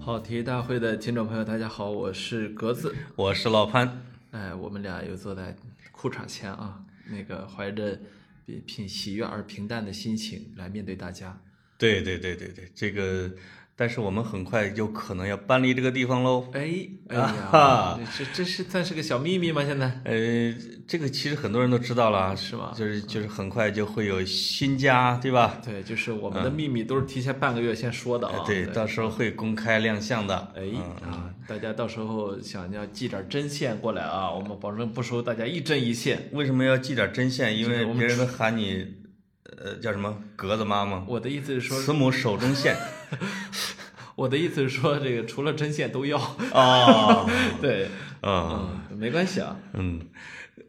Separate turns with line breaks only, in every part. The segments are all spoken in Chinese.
跑题大会的听众朋友，大家好，我是格子。
我是老潘，
哎，我们俩又坐在裤衩前啊，那个怀着比平喜悦而平淡的心情来面对大家。
对对对对对，这个，但是我们很快有可能要搬离这个地方喽。
哎，哎
啊
呀，这这是算是个小秘密吗？现在？
呃，这个其实很多人都知道了啊，
是吗嗯
就是就是很快就会有新家，对吧？
对，就是我们的秘密都是提前半个月先说的
哎
啊。
对，到嗯时候会公开亮相的。
哎啊，大家到时候想要寄点针线过来啊，我们保证不收大家一针一线。
为什么要系点针线？因
这
为
个我们
别人都喊你，呃，叫什么格子妈妈，
我的意思是说，
慈母手中线。
我的意思是说，这个除了针线都要。
哦，
对，
嗯
嗯，没关系啊。
嗯，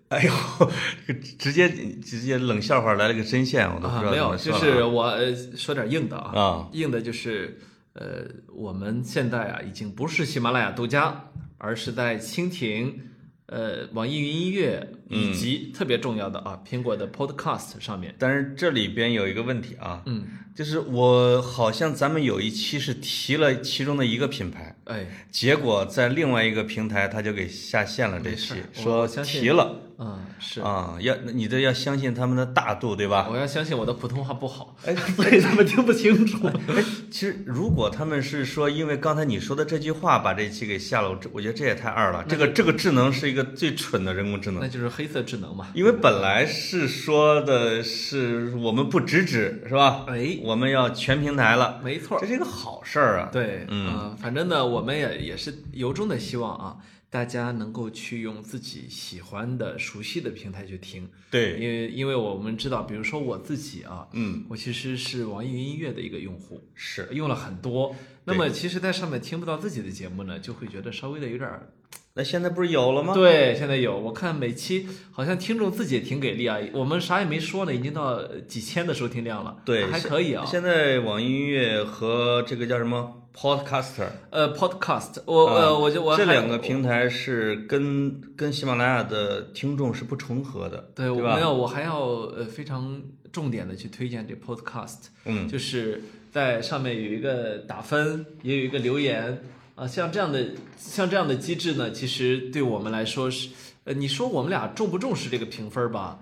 哎呦， 这个直接直接冷笑话来了个针线，我都不
啊
知，道
没
怎
有，
么
就
说了。
是我呃说点硬的啊，
啊，
硬的就是呃，我们现在啊已经不是喜马拉雅独家，而是在蜻蜓、呃网易云音乐
嗯
以及特别重要的啊苹果的 Podcast 上面。
但是这里边有一个问题啊，
嗯，
就是我好像咱们有一期是提了其中的一个品牌，
哎，
结果在另外一个平台他就给下线了这期
没事，儿我
说
我相信
提了
嗯，是，
啊，要你这要相信他们的大度，对吧？
我要相信我的普通话不好，
哎，
所以他们听不清 楚。
哎，其实如果他们是说因为刚才你说的这句话把这期给下了，我这我觉得这也太二了。这个这个智能是一个最蠢的人工智 能
那。就是黑色智能嘛。
因为本来是说的是我们不直指是吧？
哎，
我们要全平台了，
没错儿
这，是一个好事儿啊。
对，
嗯
呃反正呢，我们也也是由衷的希望啊，大家能够去用自己喜欢的、熟悉的平台去听，因
对，
为因为我们知道，比如说我自己啊，
嗯，
我其实是网易云音乐的一个用户，
是
用了很多。那
对
么其实，在上面听不到自己的节目呢，就会觉得稍微的有点儿。
那现在不是有了吗？
对，现在有，我看每期好像听众自己也挺给力啊，我们啥也没说呢，已经到呃几千的收听量了，
对
还可以啊。
现在网易音乐和这个叫什么 Podcaster，啊
呃，Podcast，我呃，我就我
这
还
两个平台是跟跟喜马拉雅的听众是不重合的，
对，
对
我没
吧？
有，我还要呃非常重点的去推荐这 podcast，
嗯，
就是在上面有一个打分，也有一个留言啊，像这样的像这样的机制呢，其实对我们来说是，呃，你说我们俩重不重视这个评分吧？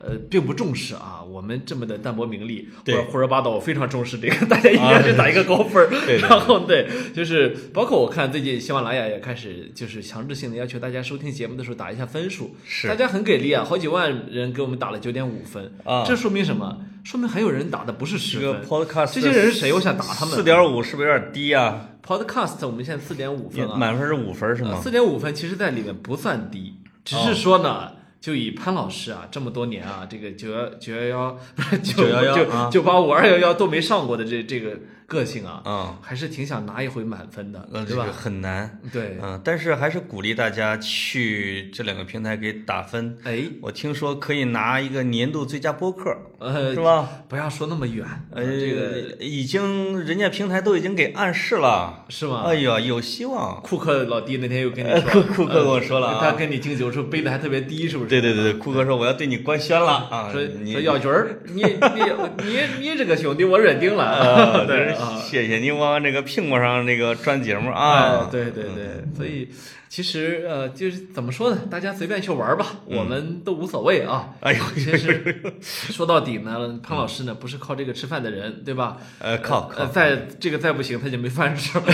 呃，并不重视啊，我们这么的淡泊名利，或
对啊
者胡说八道，我非常重视这个，大家一定要去打一个高分儿。
对对
然后对，就是包括我看最近喜马拉雅也开始就是强制性的要求大家收听节目的时候打一下分数，大
是
家很给力啊，好几万人给我们打了九点五分
啊
这说明什么？说明还有人打的不是十
这个
分。
Podcast
这些人是谁？我想打他们。
四点五是不是有点低啊？
Podcast 我们现在四点五
也
分啊，
满分是五分是吗？
四点五分其实在里面不算低，只是说呢。
哦
就以潘老师啊，这么多年啊，这个九幺九幺幺 不是九
911
九
啊
九八五二幺幺都没上过的这这个个性啊，
嗯，
还是挺想拿一回满分的，
那
对
嗯这
吧
个？很难。
呃对，
嗯，但是还是鼓励大家去这两个平台给打分。
哎，
我听说可以拿一个年度最佳播客，
呃
是，吧？
不要说那么远，啊
呃，
这个
已经人家平台都已经给暗示了，
是吗？
哎呀，有希望。
库克老弟那天又跟你
呃
说，
库库克跟我说了啊
他跟你敬酒时候背的还特别低，是不是？
对对对对，库哥说我要对你官宣了啊！
说
你
说 小军 儿，你你你你这个兄弟，我认定了
呃，
啊，
真
对
是
啊，
谢谢您往这个苹果上那个转节目
哎
啊！
对对对，所以其实呃，就是怎么说呢，大家随便去玩儿吧，我们都无所谓啊。
嗯哎呦，
其实 说到底呢，潘老师呢不是靠这个吃饭的人，对吧？
呃，靠靠
呃，，再这个再不行，他就没饭 吃了。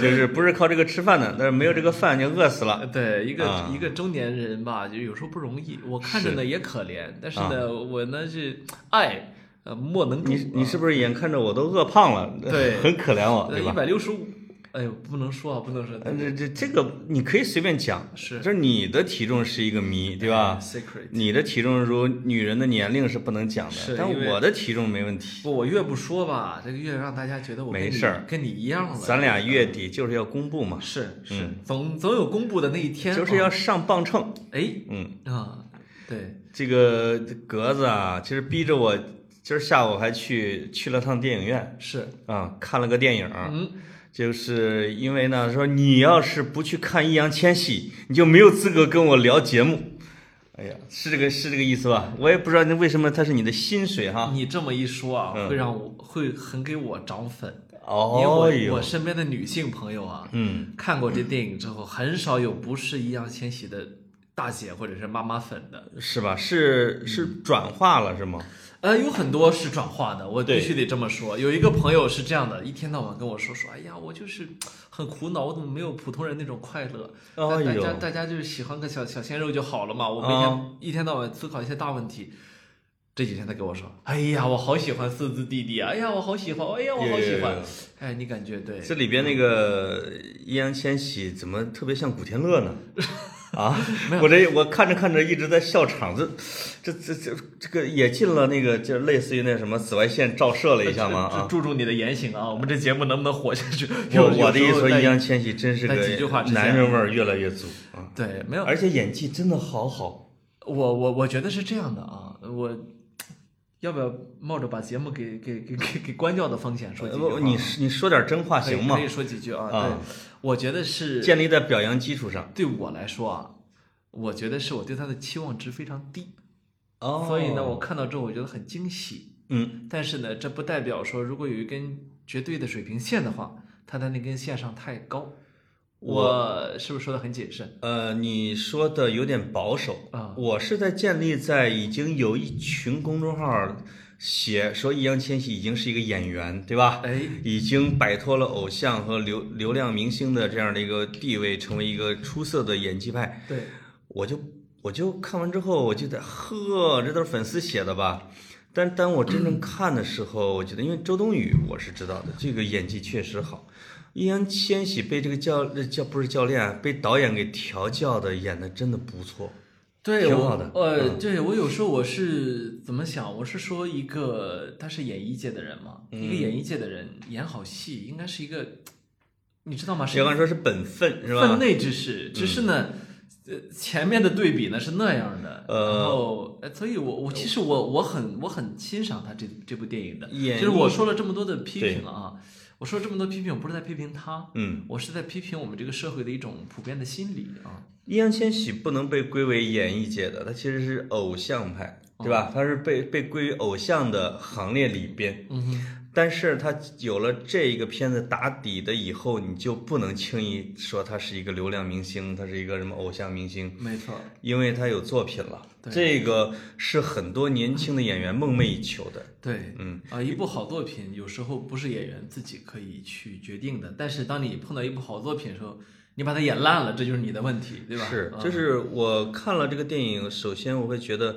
就是不是靠这个吃饭的，但是没有这个饭就饿死了。
对，一个、
啊
一个中年人吧，就有时候不容易。我看着呢也可怜，但是呢，我呢是爱，呃，莫能助。
啊你你是不是眼看着我都饿胖了？
对 呃
很可怜我，对
一
吧？
百六十五？哎呦，不能说啊，不能说。
呃这这这个你可以随便讲，
是
就是你的体重是一个谜，对吧？
Secret。
你的体重如女人的年龄是不能讲
是
的，但
因为
我的体重没问题。
不，我越不说吧，这个越让大家觉得我跟
没
你
事儿
跟你一样了。
咱俩月底就是要公布嘛，
是是，
嗯
总总有公布的那一天。啊
就是要上磅秤。
哎
嗯，
啊，对，
这个格子啊，其实逼着我今儿下午还去去了趟电影院
是，
啊，看了个电影。
嗯，
就是因为呢，说你要是不去看易烊千玺，你就没有资格跟我聊节目。哎呀，是这个是这个意思吧？我也不知道那为什么它是你的薪水哈。
你这么一说啊，
嗯
会让我会很给我涨粉。因
哦
为我
哟
我，身边的女性朋友啊，
嗯，
看过这电影之后，很少有不是易烊千玺的大姐或者是妈妈粉的。
是吧？是是转化了是吗？
呃，有很多是转化的，我必
对
须得这么说。有一个朋友是这样的，一天到晚跟我说说，哎呀，我就是很苦恼，我怎么没有普通人那种快乐？
哎
大
呦
家大家就是喜欢个小小鲜肉就好了嘛，我每天、
啊
一天到晚思考一些大问题。这几天他跟我说，哎呀，我好喜欢四字弟弟啊，哎呀，我好喜欢，哎呀，我好喜欢
有有有有，
哎，你感觉对？
这里边那个易烊千玺怎么特别像古天乐呢？ 啊，我这我看着看着一直在笑场，这这这这这个也进了那个就类似于那什么紫外线照射了一下吗？
这
啊，
注重你的言行啊，我们这节目能不能火下去？有
我我的意
呃
思，
有时候
易
在
烊千玺真是个
在几句话之嗯间
男人味儿越来越足啊，
对，没有，
而且演技真的好好。
我我我觉得是这样的啊，我要不要冒着把节目给给给给给关掉的风险说几句话？
呃你你说点真话
可以
行吗
可以？说几句啊？
啊
对，我觉得是
建立在表扬基础上。
对我来说啊，我觉得是我对他的期望值非常低，
哦，
所以呢，我看到之后我觉得很惊喜。
嗯，
但是呢，这不代表说如果有一根绝对的水平线的话，他在那根线上太高。我是不是说的很谨慎？
呃，你说的有点保守
啊
我是在建立在已经有一群公众号写说易烊千玺已经是一个演员，对吧？
哎，
已经摆脱了偶像和流流量明星的这样的一个地位，成为一个出色的演技派。
对，
我就我就看完之后，我就在呵，这都是粉丝写的吧？但当我真正看的时候，我觉得，因为周冬雨我是知道的，这个演技确实好。易烊千玺被这个教呃教不是教练，被导演给调教的，演的真的不错。
对，
挺
我
好的嗯
呃，对我有时候我是怎么想？我是说一个他是演艺界的人嘛，一个
嗯
演艺界的人演好戏应该是一个，你知道吗？是
谁敢说是本分啊是
分
吧？嗯
内之事。只是呢，呃，前面的对比呢是那样的，
呃
然后呃所以我我其实我我很我很欣赏他这这部电影的，
演
就是我说了这么多的批评啊，我说了这么多批评，我不是在批评他，
嗯，
我是在批评我们这个社会的一种普遍的心理啊。
易烊千玺不能被归为演艺界的，他其实是偶像派，对
哦
吧？他是被被归于偶像的行列里边。
嗯哼，
但是他有了这一个片子打底的以后，你就不能轻易说他是一个流量明星，他是一个什么偶像明星，
没错，
因为他有作品了。
对
这个是很多年轻的演员梦寐以求的。
对，
嗯
啊，一部好作品有时候不是演员自己可以去决定的，但是当你碰到一部好作品的时候，你把它演烂了，这就是你的问题，对吧？
是，
嗯
就是我看了这个电影，首先我会觉得，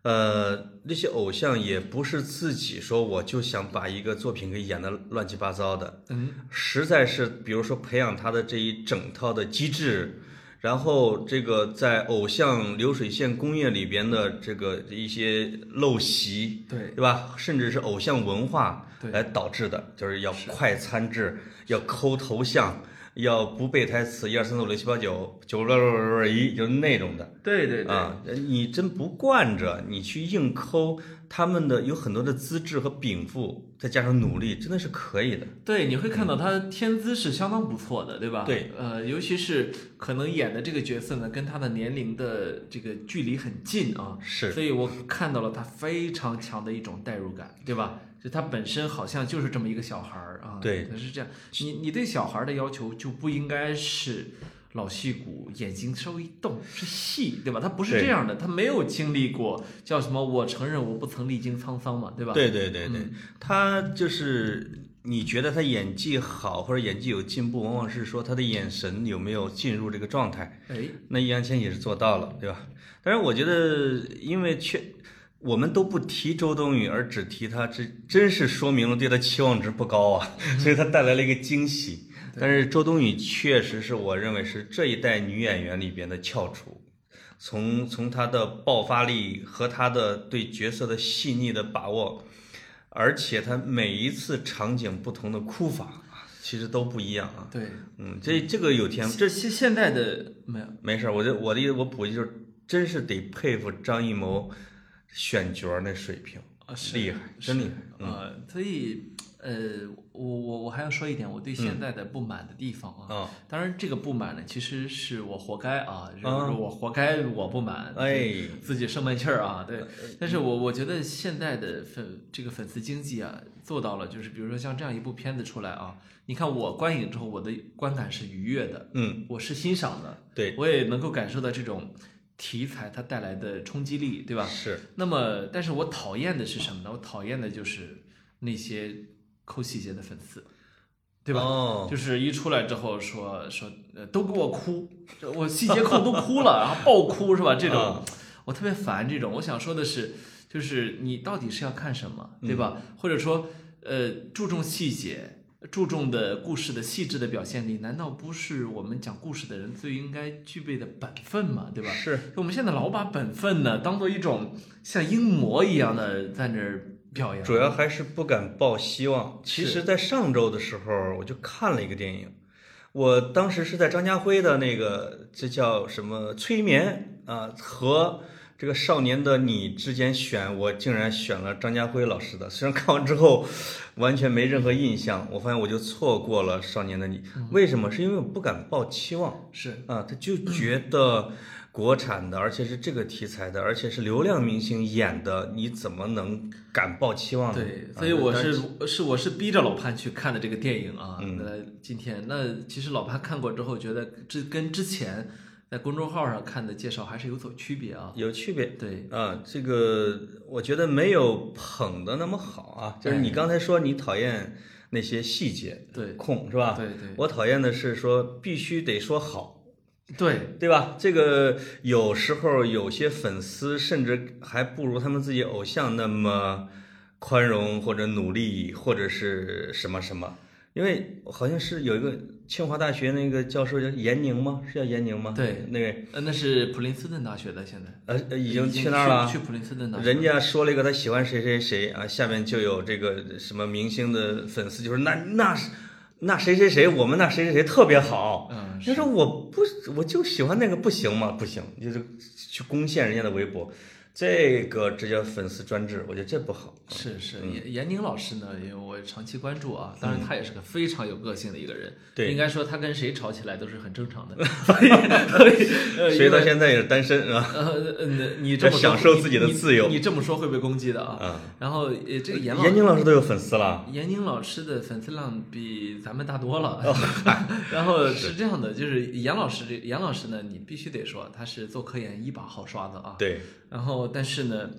呃，那些偶像也不是自己说我就想把一个作品给演的乱七八糟的，
嗯，
实在是，比如说培养他的这一整套的机制，然后这个在偶像流水线工业里边的这个一些陋习，
对
对吧？甚至是偶像文化
对
来导致的，就是要快餐制，要抠头像，要不背台词，一二三四五六七八九九六六六一，就是那种的。
对对对，
啊，你真不惯着，你去硬抠他们的有很多的资质和禀赋，再加上努力，真的是可以的。
对，你会看到他天资是相当不错的，对吧？
对，
呃，尤其是可能演的这个角色呢，跟他的年龄的这个距离很近啊，
是
所以我看到了他非常强的一种代入感，对吧？就他本身好像就是这么一个小孩儿啊，
对，
是这样。你你对小孩儿的要求就不应该是老戏骨，眼睛稍微一动是戏，对吧？他不是
对
这样的，他没有经历过叫什么？我承认我不曾历经沧桑嘛，对吧？嗯
对对对对，他就是你觉得他演技好或者演技有进步，往往是说他的眼神有没有进入这个状态。
哎，
那易烊千玺是做到了，对吧？但是我觉得，因为确我们都不提周冬雨，而只提他，这真是说明了对他期望值不高啊， 所以他带来了一个惊喜。但是周冬雨确实是我认为是这一代女演员里边的翘楚，从从她的爆发力和她的对角色的细腻的把握，而且她每一次场景不同的哭法，其实都不一样啊。
对，
嗯，这这个有天赋，
这现现在的没有。
没事儿，我就我的意思，我补一句，就是真是得佩服张艺谋选角儿那水平，
啊，是
嗯厉害，真厉害。
呃，所以呃，我我我还要说一点，我
嗯
对现在的不满的地方啊，
啊，
当然这个不满呢，其实是我活该啊，就是
啊
我活该我不满，
哎，
自己生闷气儿啊，对。但是我我觉得现在的粉这个粉丝经济啊，做到了，就是比如说像这样一部片子出来啊，你看我观影之后，我的观感是愉悦的，
嗯，
我是欣赏的，
对，
我也能够感受到这种题材它带来的冲击力，对吧？
啊是，
那么，但是我讨厌的是什么呢？我讨厌的就是那些抠细节的粉丝，对吧？
哦，
就是一出来之后说说，呃，都给我哭，这我细节控都哭了，然后爆哭是 吧？这种
啊
我特别烦这种。我想说的是，就是你到底是要看什么，
嗯
对吧？或者说，呃，注重细节。注重的故事的细致的表现力，难道不是我们讲故事的人最应该具备的本分吗？对吧？
是，
我们现在老把本分呢当做一种像英模一样的在那儿表扬，
主要还是不敢抱希望。其
是
实，在上周的时候，我就看了一个电影，我当时是在张家辉的那个，这叫什么《催眠》啊，和这个《少年的你》之间选，我竟然选了张家辉老师的。虽然看完之后完全没任何印象，我发现我就错过了《少年的你》。
嗯
为什么？是因为我不敢抱期望。
是
啊，他就觉得国产的，而且是这个题材的，而且是流量明星演的，你怎么能敢抱期望呢？
对，
啊
所以我
但
是
嗯
是我是逼着老潘去看的这个电影啊。呃，今天那其实老潘看过之后，觉得这跟之前在公众号上看的介绍还是有所区别啊。
有区别。
对，
啊，这个我觉得没有捧的那么好啊。就是你刚才说你讨厌那些细节
哎对，
控是吧？
对对
我讨厌的是说必须得说好。
对，
对吧？这个有时候有些粉丝甚至还不如他们自己偶像那么宽容或者努力或者是什么什么，因为好像是有一个清华大学那个教授叫严宁吗？是叫严宁吗？
对，
那位
呃，那是普林斯顿大学的，现在
呃呃已经
经
去那儿了。
去普林斯顿大学。
人家说了一个他喜欢谁谁谁啊，下面就有这个什么明星的粉丝就说那那是那谁谁谁，我们那谁谁谁特别好，
嗯，
他说我不，我就喜欢那个，不行吗？不行，你就是去攻陷人家的微博，这个这叫粉丝专制，我觉得这不好。
是是，
嗯
严严宁老师呢，因为我长期关注啊，当然他也是个非常有个性的一个人，
对
应该说他跟谁吵起来都是很正常 的， 所以所以呃因
谁
为
到现在也是单身啊？
呃，呃你你这么说
享受自己的自由
你你你这么说会被攻击的啊。
啊，
然后呃，这个严老
严宁老师都有粉丝了，
严宁老师的粉丝量比咱们大多了。
哦
然后是这样的，就是严老师这严老师呢，你必须得说他是做科研一把好刷子啊。
对，
然后但是呢，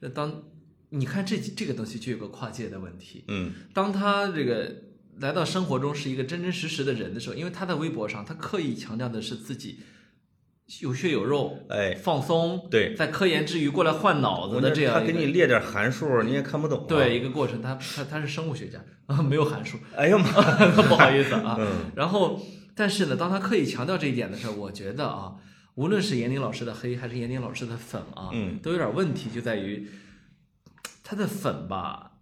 呃当你看这这个东西就有个跨界的问题，
嗯，
当他这个。来到生活中是一个真真实实的人的时候，因为他在微博上，他刻意强调的是自己有血有肉，
哎，
放松，
对，
在科研之余过来换脑子
我
的
那
这样
他
一
给
个
你列点函数，你也看不懂、啊。，
对一个过程，他他他是生物学家 啊，没有函数，
哎呀妈，
不好意思啊。
嗯，
然后，但是呢，当他刻意强调这一点的时候，我觉得啊，无论是严宁老师的黑还是严宁老师的粉啊，
嗯，
都有点问题，就在于他的粉吧，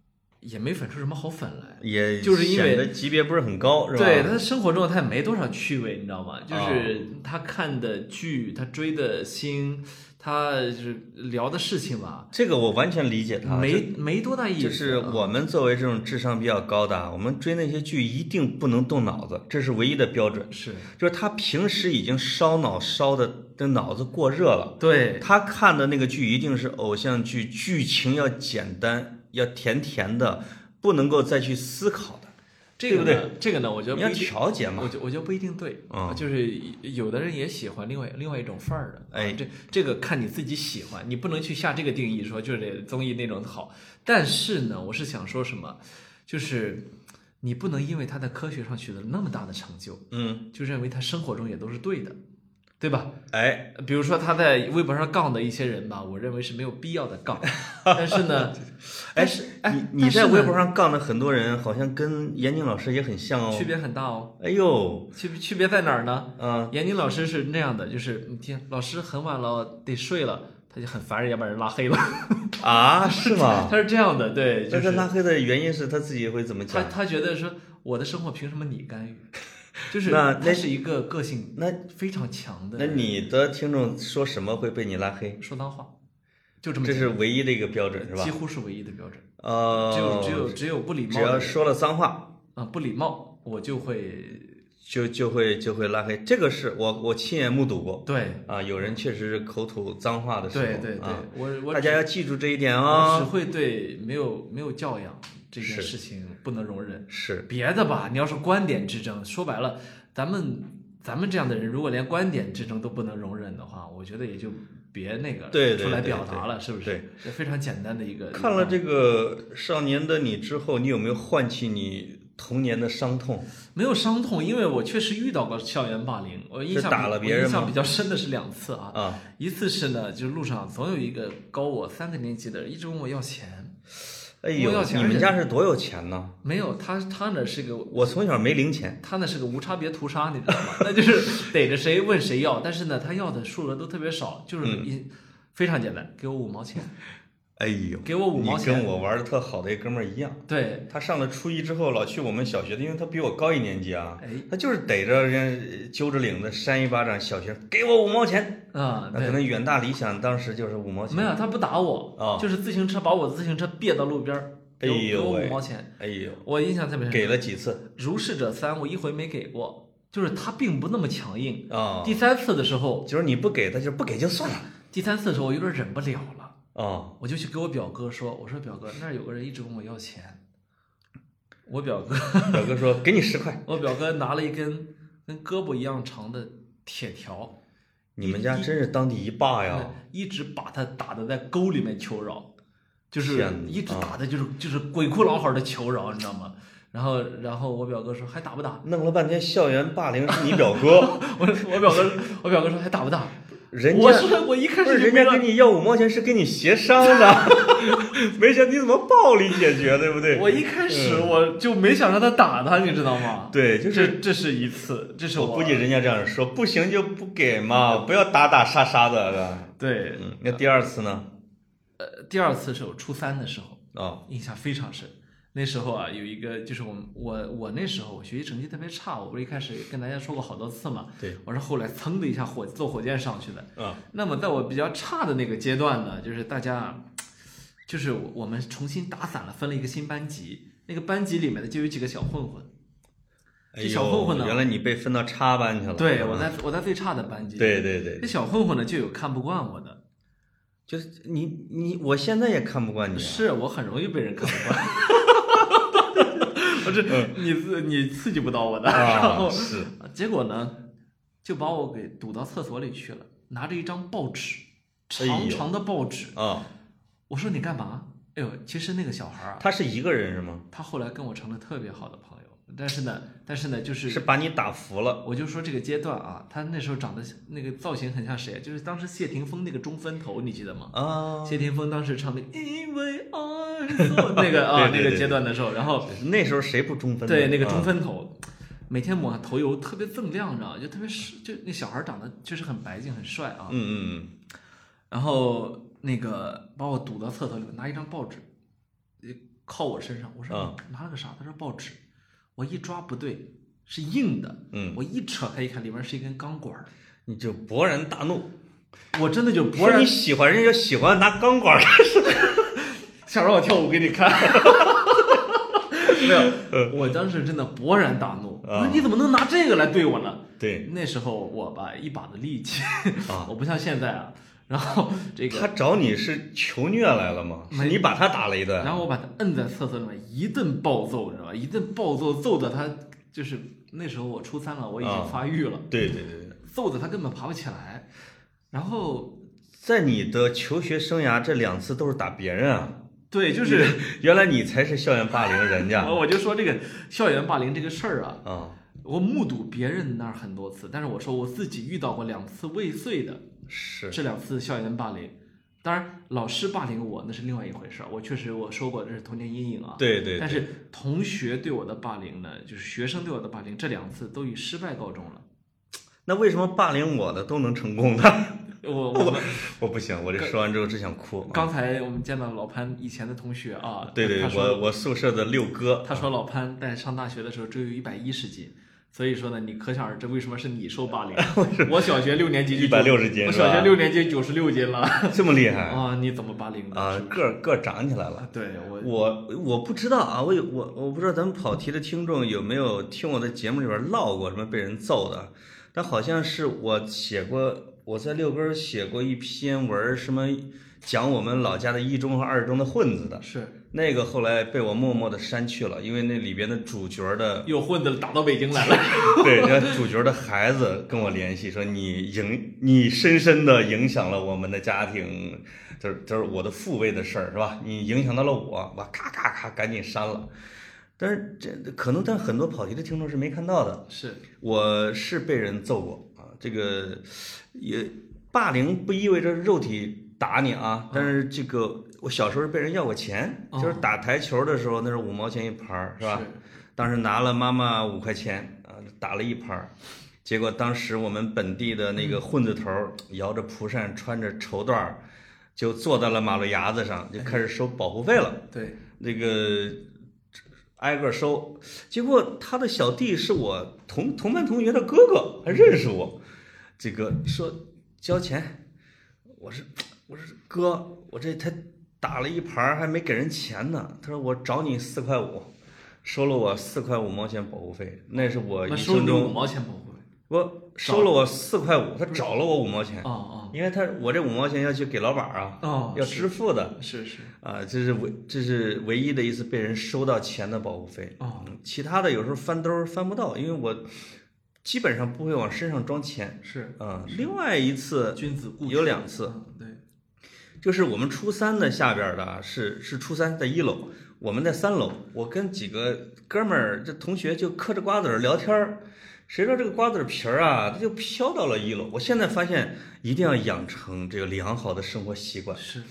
也没粉出什么好粉来。
也
就是因为
显得级别不是很高，是吧？
对他的生活状态没多少趣味，你知道吗？就是
哦
他看的剧，他追的星，他就是聊的事情吧，
这个我完全理解他，
没没多大意思。
啊
啊
就是我们作为这种智商比较高的啊，我们追那些剧一定不能动脑子，这是唯一的标准。
是
就是他平时已经烧脑烧的，这脑子过热了。
对
他看的那个剧一定是偶像剧，剧情要简单，要甜甜的，不能够再去思考的。
这个
对
呢，这个呢，我觉得
你
不
要
一定，
调节嘛
我。觉我觉得不一定对，
嗯
就是有的人也喜欢另外另外一种范儿的，
哎
啊这这个看你自己喜欢，你不能去下这个定义说就是这综艺那种好，但是呢，我是想说什么，就是你不能因为他在科学上取得了那么大的成就，
嗯，
就认为他生活中也都是对的，对吧？
哎，
比如说他在微博上杠的一些人吧，我认为是没有必要的杠，但是呢，
哎
但是哎，
你你
但是
在微
呢
博上杠的很多人，好像跟严宁老师也很像
区
哦。
别很大哦，
哎呦，
区区别在哪儿呢？
啊，
严宁老师是那样的，就是你听，老师很晚了，得睡了，他就很烦人，要把人拉黑了。
啊，是 吗？
他是这样的，对，就
但是
是
拉黑的原因是他自己会怎么
他
讲？
他觉得说我的生活凭什么你干预？ 就是
那
他
那
是一个个性
那
非常强的
那
人，
你的听众说什么会被你拉黑？
说脏话，就这么
这
简
是唯一的一个标准是吧
单，几？乎是唯一的标准。只有
呃，
只有只有不礼
只
貌
要
的
说了脏话，
啊，不礼貌，我就会
就就会就会拉黑。这个是我我亲眼目睹过
对
啊，有人确实是口吐脏话的时候
对对对
啊，，
我我
大家要记住这一点
我只
啊。
会对没有没有教养这件
是
事情不能容忍。
是，
别的吧，你要是观点之争，说白了，咱们咱们这样的人，如果连观点之争都不能容忍的话，我觉得也就别那个
对对
出来
对
表
对
达了，是不是？
对，
非常简单的一个。
看了这个《少年的你》之后，你有没有唤起你童年的伤痛？
没有伤痛，因为我确实遇到过校园霸凌，我印象
是
比
打了别人
我印象
吗
比较深的是两次啊，
啊，
一次是呢，就是路上总有一个高我三个年级的人一直问我要钱，
哎
我
呦，
要钱
你们家是多有钱呢？
没有他他呢是个
我从小没零钱，
他呢是个无差别屠杀，你知道吗？ 那就是逮着谁问谁要，但是呢他要的数额都特别少，就是
嗯
一、非常简单，给我五毛钱，
哎呦，
给我五毛钱
你跟我玩的特好的一哥们儿一样。
对，
他上了初一之后，老去我们小学的，因为他比我高一年级啊，
哎
他就是逮着人家揪着领子扇一巴掌，小学生给我五毛钱，
啊、
那可
对。
能远大理想当时就是五毛钱，
没有，他不打我，
啊
就是自行车把我自行车别到路边儿，给我
哎呦
给我
喂
五毛钱，
哎呦，
我印象特别深。
给了几次
如是者三，我一回没给过，就是他并不那么强硬。
啊、
第三次的时候，
就是你不给他就不给就算了
第三次的时候我有点忍不了了，
啊、
我就去给我表哥说，我说表哥那儿有个人一直问我要钱，我表哥
表哥说给你十块，
我表哥拿了一根跟胳膊一样长的铁条，
你们家真是当地一霸呀！
一直把他打的在沟里面求饶，就是
天哪嗯
一直打的就是就是鬼哭狼嚎的求饶，你知道吗？然后然后我表哥说还打不打？
弄了半天校园霸凌是你表哥，
我我表哥我表哥说还打不打？
人
我
家
说我一开
不是
始就
人
没
家
让
跟你要五毛钱是跟你协 商的，没想你怎么暴力解决，对不对？
我一开始我就没想让他打他，你知道吗？
嗯对，就是
这这是一次，这是
我估计人家这样说，不行就不给嘛，不要打打杀杀的。是吧
对。
嗯，那第二次呢？
呃，第二次是我初三的时候，
哦，
印象非常深。那时候啊，有一个就是我们我我那时候我学习成绩特别差，我不是一开始跟大家说过好多次嘛，
对，
我是后来噌的一下火坐火箭上去的。
啊，
那么在我比较差的那个阶段呢，就是大家，就是我们重新打散了，分了一个新班级，那个班级里面的就有几个小混混。
哎
这小混混呢
呦原来你被分到插班去了。
对，
嗯
我在我在最差的班级。
对对对，
那小混混呢，就有看不惯我的，
就是你你，我现在也看不惯你啊。
是我很容易被人看不惯。 我这你刺你刺激不到我的，然
嗯啊，
后
是
结果呢，就把我给堵到厕所里去了，拿着一张报纸，
哎
长
呦
长的报纸。
啊，
我说你干嘛？哎呦，其实那个小孩儿啊，
他是一个人是吗？
他后来跟我成了特别好的朋友，但是呢，但是呢，就是
是把你打服了。
我就说这个阶段啊，他那时候长得那个造型很像谁？啊就是当时谢霆锋那个中分头，你记得吗？
啊，
谢霆锋当时唱的《因为爱 所》那个啊，
对对对
那个阶段的时候，然后
那时候谁不中分呢？
对那个中
啊，
分头，每天抹头油特别锃亮，你知道吗就特别是就那小孩长得确实很白净很帅啊。
嗯嗯
然后那个把我堵到厕所里面，拿一张报纸，呃靠我身上。我说
啊
你拿了个啥？他说报纸。我一抓不对，是硬的。
嗯
我一扯开一看，里面是一根钢管儿。
嗯，你就勃然大怒，
我真的就
说
勃然
你喜欢人家就喜欢拿钢管儿，
想让我跳舞给你看。 没
呃
有，我当时真的勃然大怒，我说
啊
你怎么能拿这个来对我呢？
对
那时候我吧一把的力气，
啊
我不像现在啊。然后这
他
个，
找你是求虐来了吗？是你把他打了一顿
然后我把他摁在厕所里面一顿暴揍，你知道吧？一顿暴揍，揍的他就是那时候我初三了，我已经
啊
发育了，
对对对，对
揍的他根本爬不起来。然后
在你的求学生涯这两次都是打别人啊，
对，就是
原来你才是校园霸凌人家
我我就说这个校园霸凌这个事儿啊，
啊，
我目睹别人那儿很多次，但是我说我自己遇到过两次未遂的，
是
这两次校园霸凌。当然，老师霸凌我那是另外一回事儿，我确实我说过这是童年阴影啊。
对对
但
对，
是同学对我的霸凌呢，就是学生对我的霸凌，这两次都以失败告终了。
那为什么霸凌我的都能成功呢？
我我们
我不行，我这说完之后只想哭。啊
刚才我们见到老潘以前的同学啊，
对对，
他说
我我宿舍的六哥，
他说老潘在上大学的时候只有一百一十斤，所以说呢，你可想而知为什么是你受霸 凌。我小学六年级就
160斤
我
是吧
小学六年级九十六斤了
这么厉害
啊！你怎么霸凌的？
啊，个儿个儿长起来了。
对我
我我不知道啊，我有我我不知道咱们跑题的听众有没有听我的节目里边唠过什么被人揍的，啊但好像是我写过，我在六根儿写过一篇文儿，什么讲我们老家的一中和二中的混子的，
是
那个后来被我默默的删去了，因为那里边的主角的
又混的打到北京来了。
对，人家主角的孩子跟我联系说，你影你深深的影响了我们的家庭，就是就是我的父辈的事儿，是吧？你影响到了我，我咔咔咔赶紧删了。但是这可能，但很多跑题的听众是没看到 的。
是
我是被人揍过啊，这个也霸凌不意味着肉体打你啊，但是这个我小时候是被人要过钱，就是打台球的时候那是五毛钱一盘儿，是吧？？当时拿了妈妈五块钱啊，打了一盘儿，结果当时我们本地的那个混子头儿摇着蒲扇，穿着绸缎儿，就坐到了马路牙子上，就开始收保护费了。
对，
那个挨个收，结果他的小弟是我同同班同学的哥哥，还认识我，这个说交钱，我是我是哥，我这才打了一盘儿还没给人钱呢，他说我找你四块五，收了我四块五毛钱保护费，那是我
那
一
收
生
你五
中
毛钱保护费。
我收了我四块五，他找了我五毛钱，
哦
因为他我这五毛钱要去给老板儿啊，
哦哦，
要支付的，
是是
啊，这是唯这是唯一的一次被人收到钱的保护费，
哦
嗯其他的有时候翻兜儿翻不到，因为我基本上不会往身上装钱。
是，
啊、另外一次
君子固
呃有两次，
嗯对，
就是我们初三的下边儿的啊，是是初三在一楼，我们在三楼，我跟几个哥们儿这同学就嗑着瓜子儿聊天儿。谁知道这个瓜子儿皮儿啊，它就飘到了一楼。我现在发现，一定要养成这个良好的生活习惯，
是，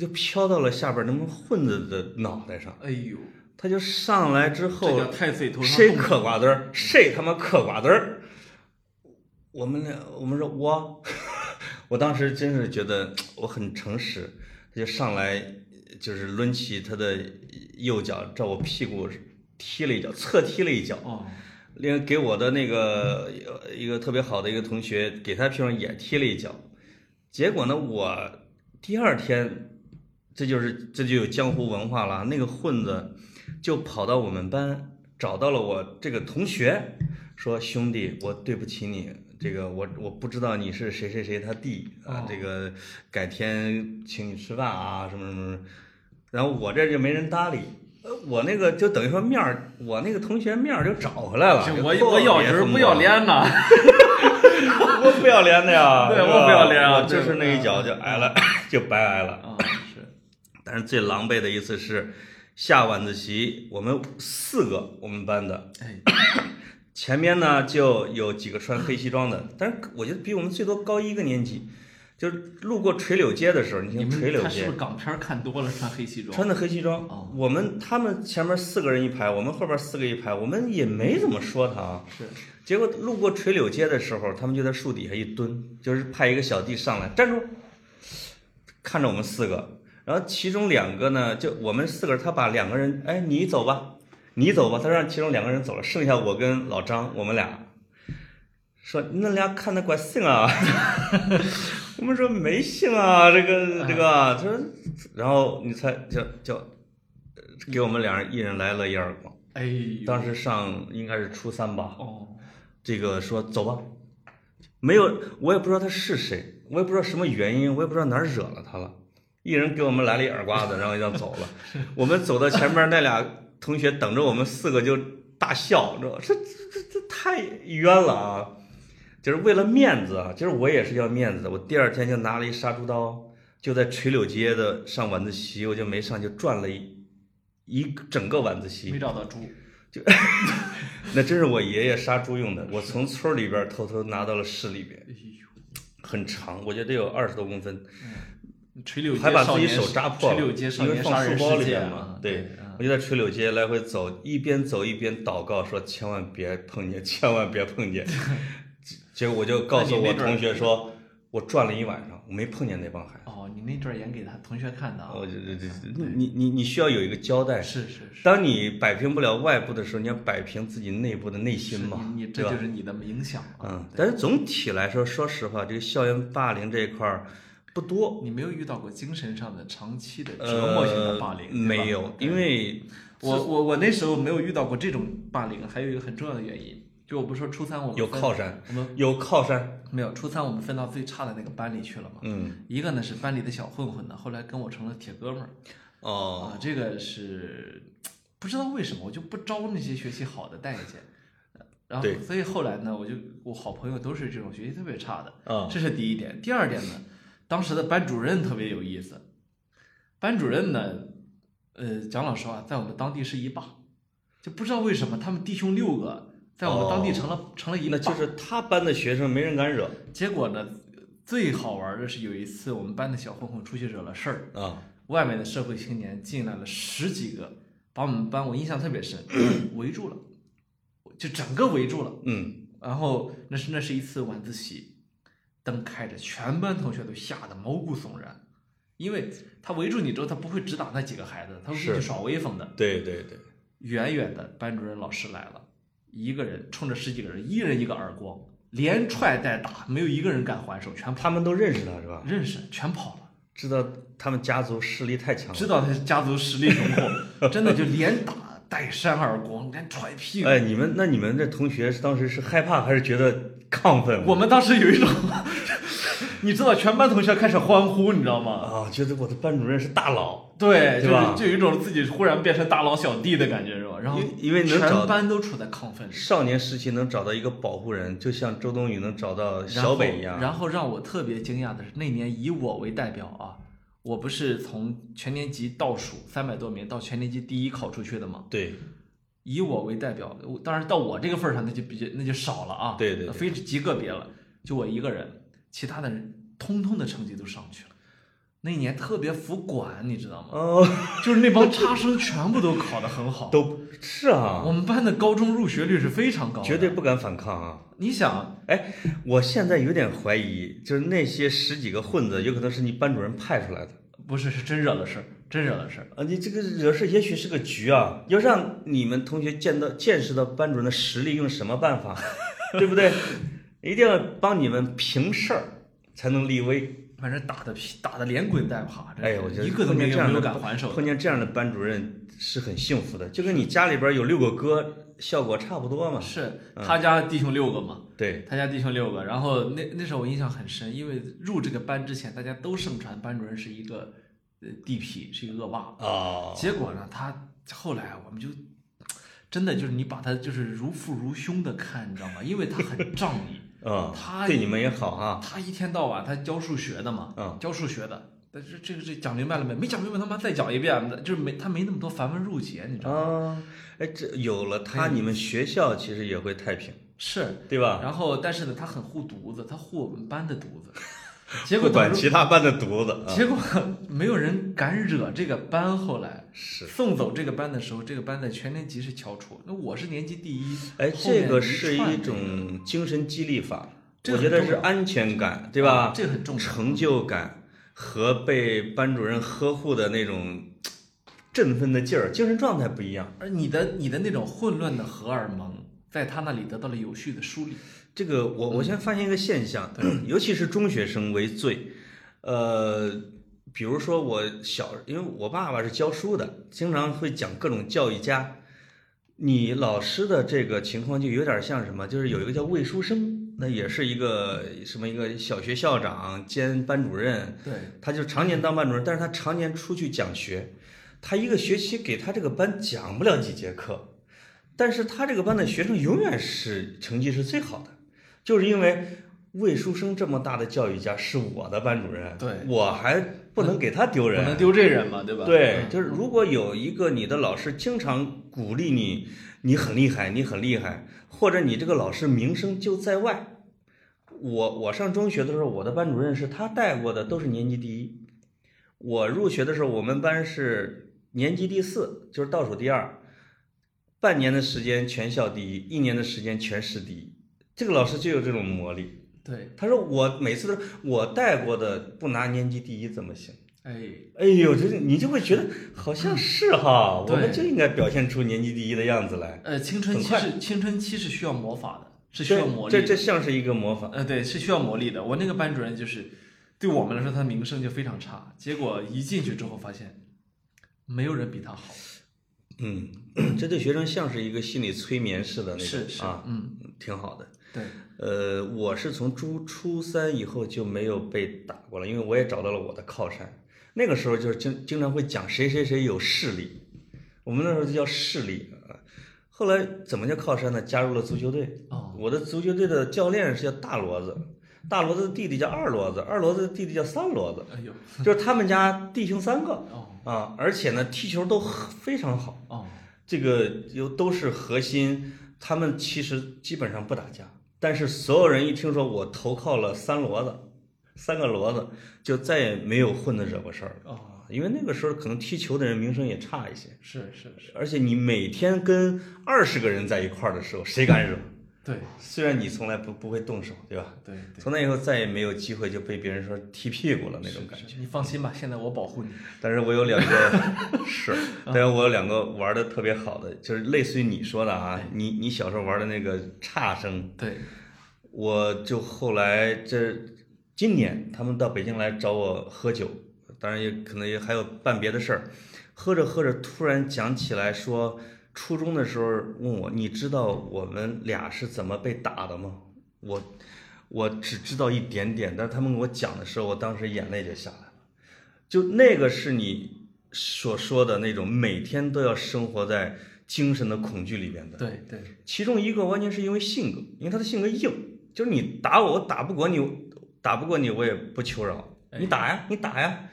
就飘到了下边儿那帮混子的脑袋上。
哎呦，
他就上来之
这
后，
叫太岁头上嗯
谁
动
嗑瓜子儿，谁他妈嗑瓜子儿。我们俩，我们说我， 我当时真是觉得我很诚实，他就上来就是抡起他的右脚，照我屁股踢了一脚，侧踢了一脚。
哦，
另给我的那个呃一个特别好的一个同学，给他屁股上也踢了一脚，结果呢，我第二天，这就是这就有江湖文化了，那个混子就跑到我们班找到了我这个同学，说兄弟，我对不起你。这个我我不知道你是谁谁谁他弟
哦，
啊这个改天请你吃饭啊，什么什么什么，然后我这就没人搭理，呃，我那个就等于说面儿，我那个同学面儿就找回来了。
这
就
我
特
我
别
咬人
恨
不
我
要，脸呐，
我不要脸的 呀，
对
是吧
我不要脸啊
我就是那一脚就挨了， 就白挨了。
啊，是，
但是最狼狈的一次是下晚自习，我们四个我们班的，
哎，
前面呢就有几个穿黑西装的，但是我觉得比我们最多高一个年级，就是路过垂柳街的时候，你
你
听
们
垂柳
他是
街
不是港片看多了穿黑西装？
穿的黑西装
哦，
我们他们前面四个人一排，我们后边四个一排，我们也没怎么说他啊。
是，
结果路过垂柳街的时候，他们就在树底下一蹲，就是派一个小弟上来站住，看着我们四个，然后其中两个呢，就我们四个，他把两个人，哎，你走吧，你走吧，他让其中两个人走了，剩下我跟老张，我们俩说你那俩看的怪性啊，我们说没性啊，这个这个，他说，然后你猜就就呃给我们俩人一人来了一耳光，
哎呦，
当时上应该是初三吧，
哦，
这个说走吧，没有，我也不知道他是谁，我也不知道什么原因，我也不知道哪儿惹了他了。一人给我们来了一耳刮子，然后就走了。我们走到前面那俩同学等着我们四个就大笑，知道吧这这这这太冤了啊！就是为了面子啊，就是我也是要面子的。我第二天就拿了一杀猪刀，就在垂柳街的上晚自习，我就没上，就转了一一整个晚自习。
没找到猪，
那真是我爷爷杀猪用的，我从村儿里边儿偷偷拿到了市里边，
哎呦，
很长，我觉得有二十多公分，
垂柳街
还把
少
自己
年
手
是
扎破
垂
了，
柳街少
因为
年
放
杀人
书包
事
里
件
边
啊
嘛，，对
啊，
我就在垂柳街来回走，一边走一边祷告说 千万别碰见，千万别碰见。结结果我就告诉我同学说，我转了一晚上，我没碰见那帮孩子。
哦，你那段演给他同学看的啊？
我这这这，你你你需要有一个交代。
是是是，
当你摆平不了外部的时候，你要摆平自己内部的内心
是
嘛
你，你这
对吧？
就是你的影响啊。
嗯，但是总体来说，说实话，这个校园霸凌这一块儿不多，
哦你没有遇到过精神上的长期的折
呃
磨性的霸凌，对吧
没有，因为
我我我那时候没有遇到过这种霸凌，还有一个很重要的原因，就我不是说初三我们
有
分嗯
靠山，
我们
有靠山，
没有初三我们分到最差的那个班里去了嘛。
嗯，
一个呢是班里的小混混呢，后来跟我成了铁哥们儿。
哦，
啊，这个是不知道为什么，我就不招那些学习好的待见。呃然后，
对
所以后来呢，我就我好朋友都是这种学习特别差的，
啊，
这是第一点。第二点呢，当时的班主任特别有意思。班主任呢，呃，讲老实话，在我们当地是一霸，就不知道为什么他们弟兄六个在我们当地成了、成了一
哦那
霸。
就是他班的学生没人敢惹
结果呢，最好玩的是有一次我们班的小混混出去惹了事儿，
啊，
外面的社会青年进来了十几个，把我们班我印象特别深， 围住了，就整个围住了。
嗯，
然后那是那是一次晚自习，灯开着，全班同学都吓得毛骨悚然，因为他围住你之后，他不会只打那几个孩子，他会进去
是
耍威风的。
对对对，
远远的班主任老师来了，一个人冲着十几个人，一人一个耳光，连踹带打，没有一个人敢还手，全跑
他们都认识他是吧？
认识，全跑了。
知道他们家族势力太强了。
知道他家族实力雄厚，真的就连打带扇耳光，连踹屁股。
哎，你们那你们这同学是当时是害怕还是觉得亢奋？
我们当时有一种， 你知道，全班同学开始欢呼，你知道吗？
啊，觉得我的班主任是大佬，
对，就
对吧
是就有一种自己忽然变成大佬小弟的感觉，是吧？然后
因因为能找
全班都处在亢奋之
少年时期能找到一个保护人，就像周冬雨能找到
中。
小北一
然后
样。
然后让我特别惊讶的是，那年以我为代表啊，我不是从全年级倒数三百多名到全年级第一考出去的吗？
对，
以我为代表，我当然到我这个份儿上，那就比较那就少了啊，
对对对
非极个别了，就我一个人，其他的人通通的成绩都上去了。那一年特别服管，你知道吗？
哦，
就是那帮差生全部都考得很好。
都是啊，
我们班的高中入学率是非常高的，
绝对。不敢反抗啊。
你想，
哎，我现在有点怀疑，就是那些十几个混子，有可能是你班主任派出来的
不是是真惹了事儿，真惹了事儿。
啊！你这个惹事也许是个局啊，要让你们同学见到、见识到班主任的实力，用什么办 法，对不对？一定要帮你们平事儿，才能立威。
反正打的屁打的连滚带爬，真是
哎呀，我觉得
一个都
碰见
没有
这样
没有
的
敢还手的。
碰见这样的班主任是很幸福的，就跟你家里边有六个哥，效果差不多嘛。
是他家弟兄六个嘛，
对，
他家弟兄六个，然后那那时候我印象很深，因为入这个班之前，大家都盛传班主任是一个呃地痞，是一个恶霸。
啊、
结果呢，他后来我们就真的就是你把他就是如父如兄的看，你知道吗？因为他很仗义，
啊、
他
对你们也好 啊。
他一天到晚他教数学的嘛，
嗯
教数学的。但是这个这讲明白了没？没讲明白，他妈再讲一遍，就是没他没那么多繁文缛节，你知道吗？
啊，哎，这有了他，你们学校其实也会太平，
是，
对吧？
然后但是呢，他很护犊子，他护我们班的犊子， 结果
不
导
管
致
其他班的犊子啊，
结果没有人敢惹这个班。后来
是，
送走这个班的时候，这个班在全年级是翘楚，那我是年级第一。
哎，
后面
这个
一
是
串
一
这个
种精神激励法，
这
我
个
觉
很
得
重
是
要
安全感，对吧？
啊这个很重要
成就感和被班主任呵护的那种振奋的劲儿，精神状态不一样。
而你的你的那种混乱的荷尔蒙，在他那里得到了有序的梳理。
这个我我先发现一个现象，尤其是中学生为最，呃，比如说我小，因为我爸爸是教书的，经常会讲各种教育家。你老师的这个情况就有点像什么，就是有一个叫魏书生，那也是一个什么一个小学校长兼班主任，
对，
他就常年当班主任，但是他常年出去讲学，他一个学期给他这个班讲不了几节课，但是他这个班的学生永远是成绩是最好的，就是因为魏书生这么大的教育家是我的班主任，
对
我还不能给他丢
不
人，
能丢这人嘛，对吧？嗯
对，就是如果有一个你的老师经常鼓励你，你很厉害，你很厉害，或者你这个老师名声就在外。我我上中学的时候，我的班主任是他带过的，都是年级第一。我入学的时候，我们班是年级第四，就是倒数第二。半年的时间全校第一，一年的时间全市第一，这个老师就有这种魔力。
嗯对，
他说我每次都是我带过的不拿年级第一怎么行？
哎，
哎呦，就是你就会觉得好像是哈，
嗯对
我们就应该表现出年级第一的样子来。
呃，青春
很
期
快
是青春期是需要魔法的，是需要
这
魔力
这
的。
这像是一个模仿。
呃，对，是需要魔力的。我那个班主任就是，对我们来说他的名声就非常差，结果一进去之后发现，没有人比他好。
嗯， 这对学生像是一个心理催眠式的那种
是是
啊，
嗯，
挺好的。
对，
呃，我是从初初三以后就没有被打过了，因为我也找到了我的靠山。那个时候就是经经常会讲谁谁谁有势力，我们那时候就叫势力啊。后来怎么叫靠山呢？加入了足球队。
哦，
我的足球队的教练是叫大骡子，大骡子的弟弟叫二骡子，二骡子的弟弟叫三骡子，
哎呦，
就是他们家弟兄三个
哦
啊，而且呢踢球都很非常好。
哦，
这个又都是核心，他们其实基本上不打架，但是所有人一听说我投靠了三骡子，三个骡子，就再也没有混的惹过事儿了
哦，
啊。因为那个时候可能踢球的人名声也差一些，
是是是，
而且你每天跟二十个人在一块儿的时候，谁敢惹？
对
虽然你从来不不会动手，对吧？
对对，
从那以后再也没有机会就被别人说踢屁股了那种
是
感觉。
是你放心吧，现在我保护你。
但是我有两个是，但是我有两个玩的特别好的，就是类似于你说的啊，你你小时候玩的那个差生，
对，
我就后来这今年他们到北京来找我喝酒，当然也可能也还有办别的事儿，喝着喝着突然讲起来说，初中的时候问我，你知道我们俩是怎么被打的吗？我我只知道一点点，但是他们给我讲的时候，我当时眼泪就下来了。就那个是你所说的那种每天都要生活在精神的恐惧里边的。
对对
其中一个完全是因为性格，因为他的性格硬，就是你打我，我打不过你，我打不过你，我也不求饶，
哎
你打呀，你打呀。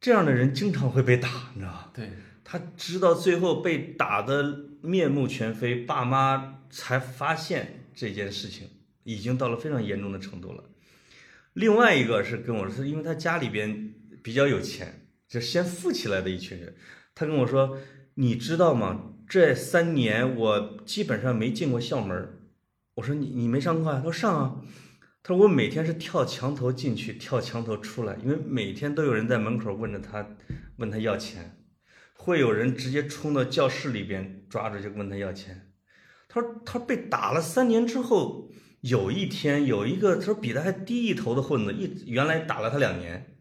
这样的人经常会被打，你知道吧？
对，
他直到最后被打得面目全非，爸妈才发现这件事情已经到了非常严重的程度了。另外一个是跟我说，是因为他家里边比较有钱，就先富起来的一群人。他跟我说：“你知道吗？这三年我基本上没进过校门儿。”我说：“你你没上课啊？”他说：“上啊。”他说：“我每天是跳墙头进去，跳墙头出来，因为每天都有人在门口问着他，问他要钱，会有人直接冲到教室里边抓着就问他要钱。”他说：“他被打了三年之后，有一天有一个他说比他还低一头的混子，一原来打了他两年，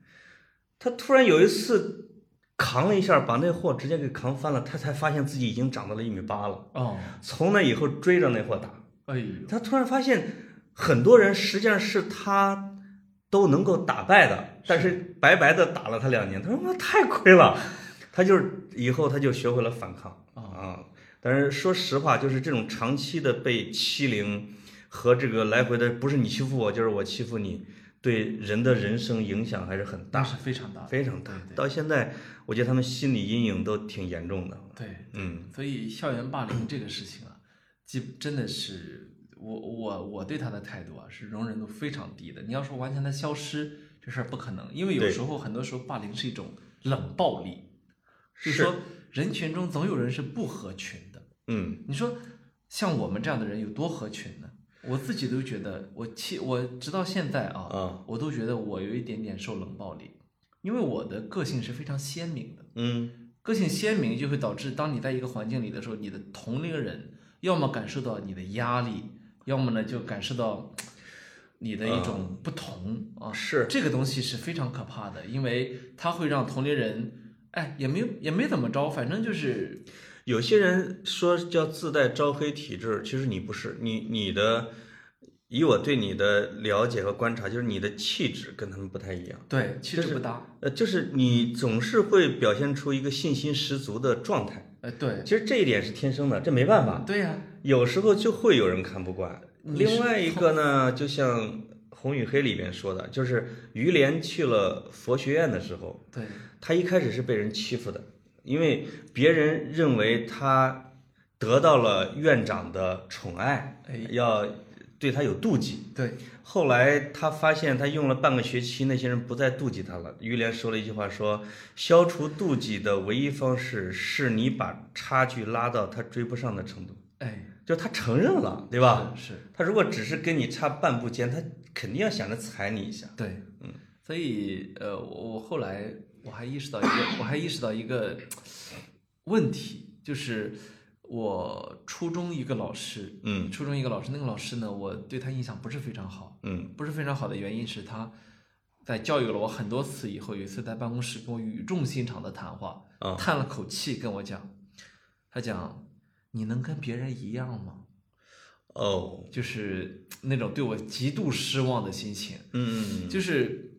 他突然有一次扛了一下，把那货直接给扛翻了，他才发现自己已经长到了一米八了。
哦，
从那以后追着那货打，
哎呦，
他突然发现很多人实际上是他都能够打败的，但是白白的打了他两年，他说妈太亏了，他就是以后他就学会了反抗
啊
啊。但是说实话，就是这种长期的被欺凌和这个来回的，不是你欺负我，就是我欺负你，对人的人生影响还是很
那
大，
是非常大的，
非常大。
对
到现在，我觉得他们心理阴影都挺严重的。
对。
嗯，
所以校园霸凌这个事情啊，基真的是我我我对他的态度啊是容忍度非常低的。你要说完全的消失，这事儿不可能，因为有
对
时候很多时候霸凌是一种冷暴力，就是说人群中总有人是不合群的。
嗯，
你说像我们这样的人有多合群呢？我自己都觉得，我气，我直到现在啊，
啊，
我都觉得我有一点点受冷暴力，因为我的个性是非常鲜明的。
嗯，
个性鲜明就会导致，当你在一个环境里的时候，你的同龄人要么感受到你的压力，要么呢就感受到嘖你的一种不同啊。
是
这个东西是非常可怕的，因为它会让同龄人，哎，也没有也没怎么着，反正就是
有些人说叫自带招黑体质，其实你不是，你你的，以我对你的了解和观察，就是你的气质跟他们不太一样，
对气质不搭。
呃，就是你总是会表现出一个信心十足的状态。
呃，对，
其实这一点是天生的，这没办法，
对呀、
有时候就会有人看不惯。
你是
另外一个呢，就像《红与黑》里边说的，就是于连去了佛学院的时候，
对，
他一开始是被人欺负的，因为别人认为他得到了院长的宠爱，
哎
要对他有妒忌。
对，
后来他发现，他用了半个学期，那些人不再妒忌他了。于连说了一句话说：“消除妒忌的唯一方式是你把差距拉到他追不上的程度。
哎，”
就他承认了，对吧？
是，是
他如果只是跟你差半步间，他肯定要想着踩你一下。
对，嗯，所以呃，我我后来我还意识到一个，我还意识到一个问题，就是我初中一个老师，
嗯
初中一个老师，那个老师呢，我对他印象不是非常好，
嗯
不是非常好的原因是他在教育了我很多次以后，有一次在办公室跟我语重心长的谈话，
啊
叹了口气跟我讲，他讲你能跟别人一样吗？
哦，
就是那种对我极度失望的心情。
嗯，
就是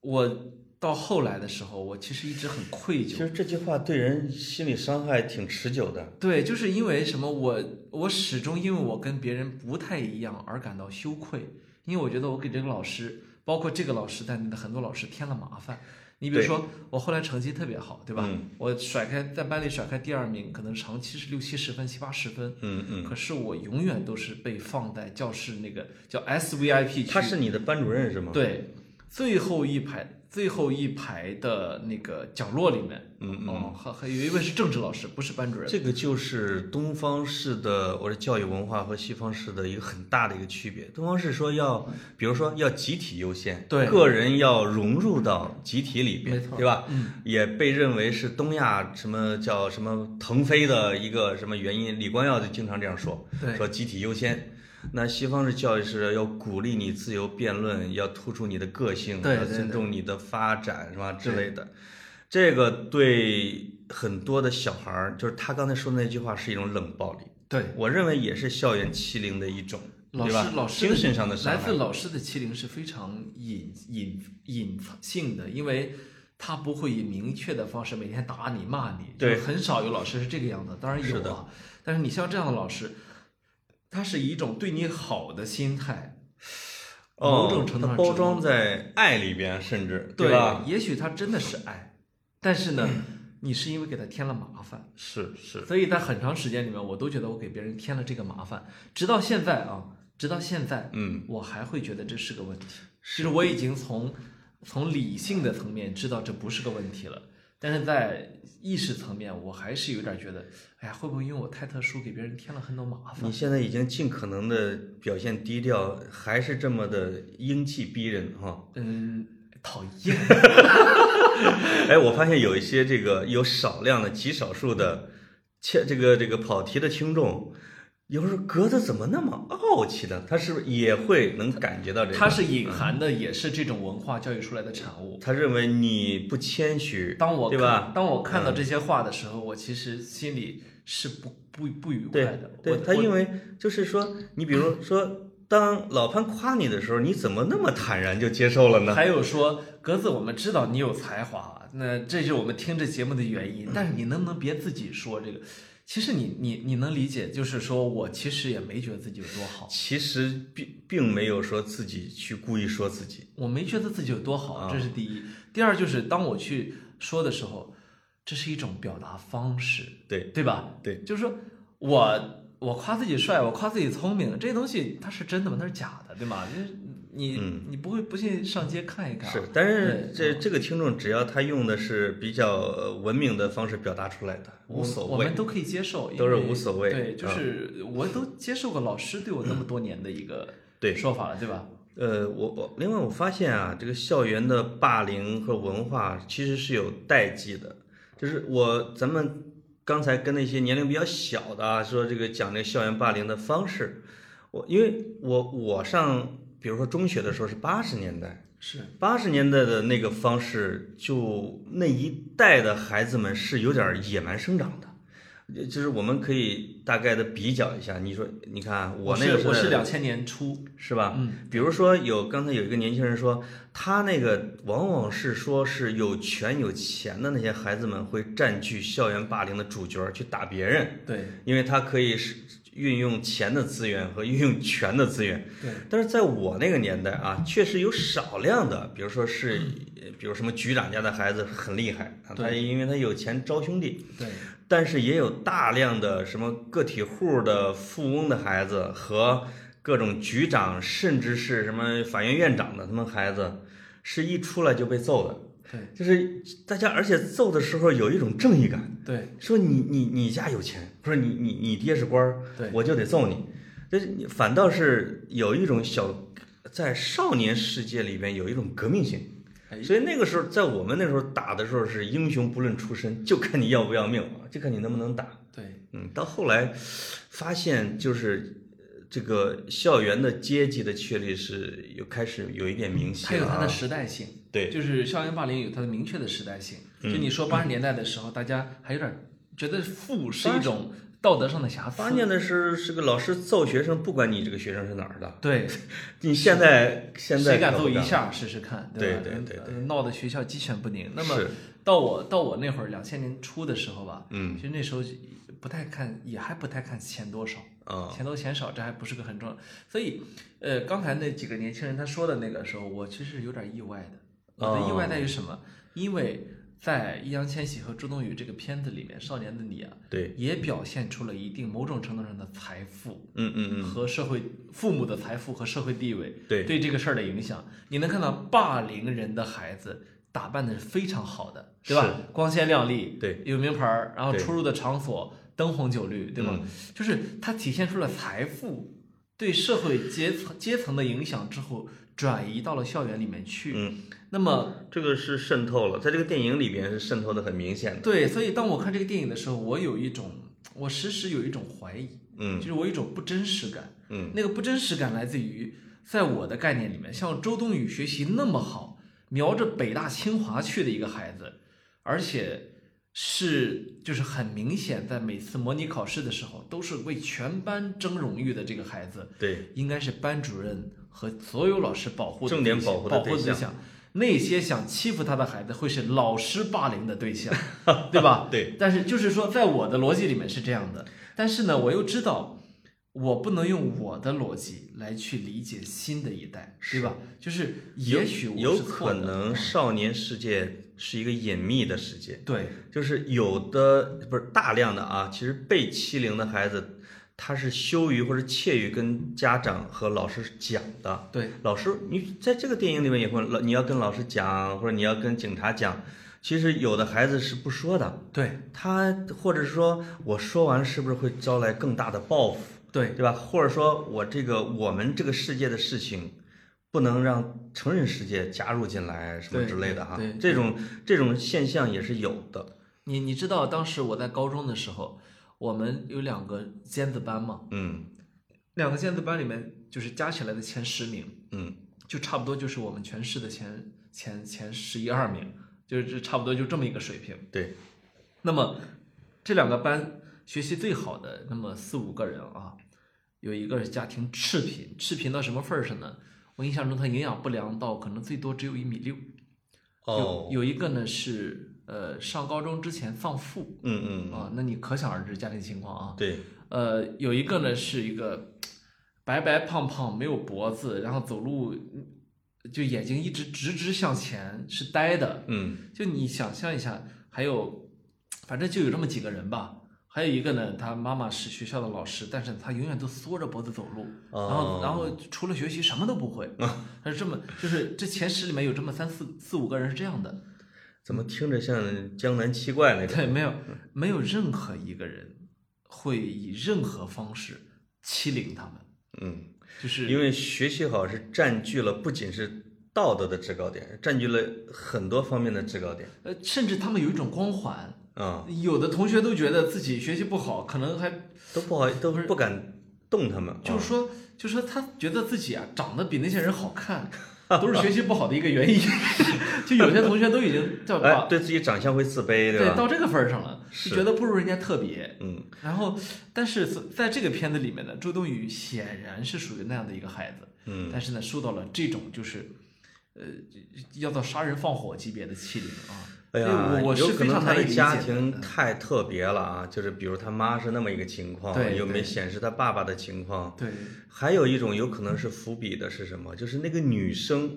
我到后来的时候，我其实一直很愧
其
疚。
实这句话对人心理伤害挺持久的。
对，就是因为什么我我始终因为我跟别人不太一样而感到羞愧，因为我觉得我给这个老师，包括这个老师在内的很多老师添了麻烦。你比如
对
说，我后来成绩特别好，对吧？
嗯
我甩开在班里甩开第二名，可能长期是六七十分、七八十分，
嗯嗯，
可是我永远都是被放在教室那个叫 SVIP 区。
嗯他是你的班主任是吗？，
对，最后一排最后一排的那个角落里面，
嗯
哦，还还有一位是政治老师，不是班主任。
这个就是东方式的我的教育文化和西方式的一个很大的一个区别。东方式说要，比如说要集体优先，
嗯对
个人要融入到集体里边
没，错
对吧？
嗯，
也被认为是东亚什么叫什么腾飞的一个什么原因。李光耀就经常这样说，
对
说集体优先。那西方式教育是要鼓励你自由辩论，要突出你的个性，
对
要
对
尊
对
重你的发展，是吧之
对
类的。这个对很多的小孩儿，就是他刚才说的那句话是一种冷暴力，
对，
我认为也是校园欺凌的一种，
老
对
师
吧？
老师的
精神上的伤
来
害
自老师的欺凌是非常隐隐隐性的，因为。他不会以明确的方式每天打你骂你，
对
就是很少有老师是这个样子，当然有
是的
啊，但是你像这样的老师，他是以一种对你好的心态，某种程度
哦，它
上
包
指
装在爱里边，甚至
对
吧？
也许他真的是爱，但是呢，你是因为给他添了麻烦，
是是，
所以在很长时间里面，我都觉得我给别人添了这个麻烦，直到现在啊，直到现在，
嗯，
我还会觉得这是个问题。其实我已经从从理性的层面知道这不是个问题了，但是在意识层面，我还是有点觉得，哎呀，会不会因为我太特殊，给别人添了很多麻烦
你？现在已经尽可能的表现低调，还是这么的英气逼人哈。
嗯，讨厌。
哎，我发现有一些这个有少量的极少数的切这个这个跑题的听众，有时候隔得怎么那么傲气呢？他是不是也会能感觉到这个？
它是隐含的，也是这种文化教育出来的产物。
他认为你不谦虚，
当我
对
看
吧？嗯
当我看到这些话的时候，我其实心里是不不不愉快
对
的。我
对，他因
我
为就是说，你比如说，当老潘夸你的时候，你怎么那么坦然就接受了呢？
还有说，格子，我们知道你有才华，那这就是我们听这节目的原
嗯
因。但是你能不能别自己说这个？其实你你你能理解，就是说我其实也没觉得自己有多好，
其实并并没有说自己去故意说自己，
我没觉得自己有多好，
啊
这是第一。第二就是当我去说的时候，这是一种表达方式，
对
对吧？
对，
就是说我我夸自己帅，我夸自己聪明，这些东西它是真的吗？它是假的，对吗？就是你、
嗯
你不会不信上街看一看啊？
是，但是
对
这这个听众只要他用的是比较呃文明的方式表达出来的，
我
无所
我
谓
们。都可以接受，
都是
因为
无所谓
对，
嗯
就是我都接受过老师对我那么多年的一个
对
说法了，对吧？
呃，我我另外我发现啊，这个校园的霸凌和文化其实是有代际的，就是我咱们刚才跟那些年龄比较小的啊，说这个讲这个校园霸凌的方式，我因为我我上比如说中学的时候是八十年代，
是
八十年代的那个方式，就那一代的孩子们是有点野蛮生长的。呃就是我们可以大概的比较一下，你说，你看我那个
是我
时
是
代
两千年初，
是吧？
嗯，
比如说有刚才有一个年轻人说，他那个往往是说是有权有钱的那些孩子们会占据校园霸凌的主角儿去打别人，
对
因为他可以是运用钱的资源和运用权的资源。
对，
但是在我那个年代啊，确实有少量的，比如说是，呃比如什么局长家的孩子很厉害啊，他
对
因为他有钱招兄弟，
对
但是也有大量的什么个体户的富翁的孩子和各种局长，甚至是什么法院院长的他们孩子，是一出来就被揍的。
对，
就是大家，而且揍的时候有一种正义感，
对，
说你你你家有钱，不是你你你爹是官儿
对，
我就得揍你，这反倒是有一种小在少年世界里边有一种革命性。
哎
所以那个时候，在我们那时候打的时候是英雄不论出身，就看你要不要命，就看你能不能打。
对，
嗯，到后来发现就是呃这个校园的阶级的确立是有开始有一点明
它
显
嗯有
了、
它
啊
的。时代性，
对，嗯
就是校园霸凌有它的明确的时代性。就你说八十年代的时候，大家还有点觉得富是一种道德上的瑕
发
疵，
现的是是个老师揍学生，不管你这个学生是哪儿的，
对，
你现在现在
谁敢
可
揍
不
一
敢了？
下试试看，吧？
对对对
呃闹得学校鸡犬不宁。那么
是
到我到我那会儿两千年初的时候吧，
嗯
其实那时候不太看，也还不太看钱多少，
啊，
钱多钱少这还不是个很重要。所以，呃，刚才那几个年轻人他说的那个时候，我其实有点意外的。我的意外
哦
在于什么？因为在易烊千玺和周冬雨这个片子里面，《少年的你》啊，
对，
也表现出了一定某种程度上的财富。
嗯嗯嗯，
和社会父母的财富和社会地位
对
对这个事儿的影响，你能看到霸凌人的孩子打扮的是非常好的，对吧？光鲜亮丽，
对，
有名牌儿，然后
对嗯
出入的场所灯红酒绿，对吧？就是它体现出了财富对社会阶层阶层的影响之后，转移到了校园里面去。
嗯，
那么
这个是渗透了，在这个电影里边是渗透的很明显的。
对，所以当我看这个电影的时候，我有一种，我时时有一种怀疑，
嗯
就是我有一种不真实感。
嗯，
那个不真实感来自于，在我的概念里面，像周冬雨学习那么好，瞄着北大清华去的一个孩子，而且是就是很明显，在每次模拟考试的时候，都是为全班争荣誉的这个孩子，
对，
应该是班主任和所有老师保护的
重点
对象
保护的
保护
对
对象。那些想欺负他的孩子会是老师霸凌的对 象，对吧？
对。
但是就是说，在我的逻辑里面是这样的，但是呢，我又知道我不能用我的逻辑来去理解新的一代，对吧？就是也许我是
有
错
可
的嗯
能少年世界是一个隐秘的世界。
对
就是有的不是大量的啊，其实被欺凌的孩子，他是羞于或者怯于跟家长和老师讲的。
对
老师，你在这个电影里面也会，老你要跟老师讲，或者你要跟警察讲。其实有的孩子是不说的，
对
他或者说我说完是不是会招来更大的报复，
对
对吧？或者说我这个我们这个世界的事情，不能让成人世界加入进来什么
对
之类的哈
对对，
这种这种现象也是有的。
你你知道当时我在高中的时候，我们有两个尖子班嘛，
嗯
两个尖子班里面就是加起来的前十名，
嗯
就差不多就是我们全市的前前前十一二名，就是这差不多就这么一个水平。，
对，
那么这两个班学习最好的那么四五个人啊，有一个家庭赤贫，赤贫到什么份儿上呢？我印象中他营养不良到可能最多只有一米六。
哦，
有有一个呢是呃上高中之前丧父
嗯嗯，
啊，那你可想而知家庭情况啊。
对，
呃，有一个呢是一个白白胖胖，没有脖子，然后走路就眼睛一直直直向前，是呆的。
嗯
就你想象一下，还有，反正就有这么几个人吧。还有一个呢，他妈妈是学校的老师，但是他永远都缩着脖子走路，然后
哦嗯
然后除了学习什么都不会。他是这么，就是这前十里面有这么三四四五个人是这样的，
怎么听着像江南七怪那种？
对，没有没有任何一个人会以任何方式欺凌他们。
嗯，
就是
因为学习好是占据了不仅是道德的制高点，占据了很多方面的制高点
呃，甚至他们有一种光环，
啊，
有的同学都觉得自己学习不好，可能还
都不好，都不敢动他们啊。
就是说，就说他觉得自己啊长得比那些人好 看，都是学习不好的一个原因。 就有些同学都已经叫
哎，
到
对自己长相会自卑，
对
吧？
到这个份儿上了，就是觉得不如人家特别。
嗯，
然后，但是在这个片子里面呢，周冬雨显然是属于那样的一个孩子，
嗯，
但是呢，受到了这种就是，呃，要到杀人放火级别的欺凌啊。所
哎呀
以，我我
有
是
可
非
能
常
他
难以
的
理解嗯
家庭太特别了啊，就是比如他妈是那么一个情况，
对
又没
对
显示他爸爸的情况，
对
还有一种有可能是伏笔的是什么？就是那个女生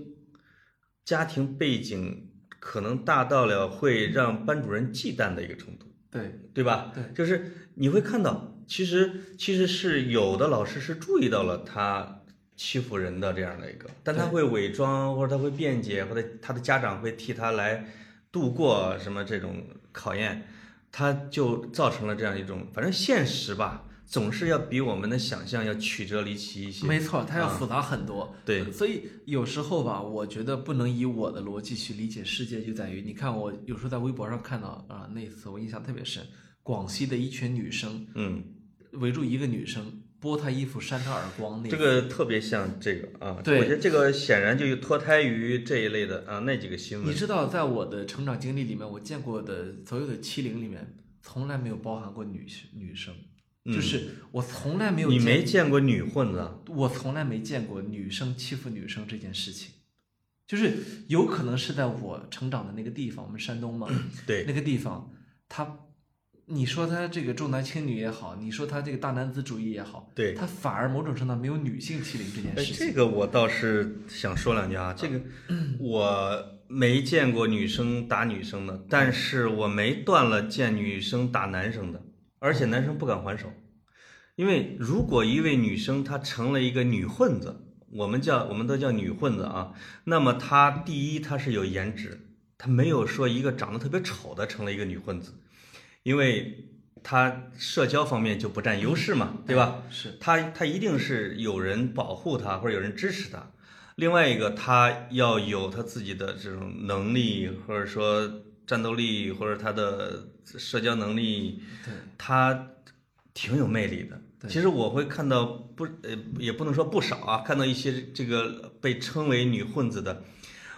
家庭背景可能大到了会让班主任忌惮的一个程度，
对
对吧？
对，
就是你会看到，其实其实是有的老师是注意到了她欺负人的这样的一个，但他会伪装，或者他会辩解，或者他的家长会替他来度过什么这种考验，他就造成了这样一种，反正现实吧，总是要比我们的想象要曲折离奇一些。
没错，它要复杂很多。
嗯对，
所以有时候吧，我觉得不能以我的逻辑去理解世界，就在于你看，我有时候在微博上看到啊、那次我印象特别深，广西的一群女生
嗯，
围住一个女生，剥她衣服，扇她耳光，那
这个特别像这个啊，
对
我觉得这个显然就脱胎于这一类的啊那几个新
你
闻。
知道，在我的成长经历里面，我见过的所有的欺凌里面，从来没有包含过女女生，就是我从来没有
嗯你
见，
没见过女混子啊？
我从来没见过女生欺负女生这件事情，就是有可能是在我成长的那个地方，我们山东嘛，
嗯对，
那个地方，他，你说他这个重男轻女也好，你说他这个大男子主义也好，
对
他反而某种程度上没有女性欺凌这件
哎，
事情，
这个我倒是想说两句啊，这个 我没见过女生打女生的，
嗯
但是我没断了见女生打男生的，而
哦
且男生不敢还手，因为如果一位女生她成了一个女混子，我们叫我们都叫女混子啊，那么她第一她是有颜值，她没有说一个长得特别丑的成了一个女混子，因为她社交方面就不占优势嘛，对吧？
哎是，
他他一定是有人保护他或者有人支持他。另外一个，他要有他自己的这种能力，或者说战斗力，或者他的社交能力，
对，
他挺有魅力的。
对
其实我会看到不呃，也不能说不少啊，看到一些这个被称为女混子的，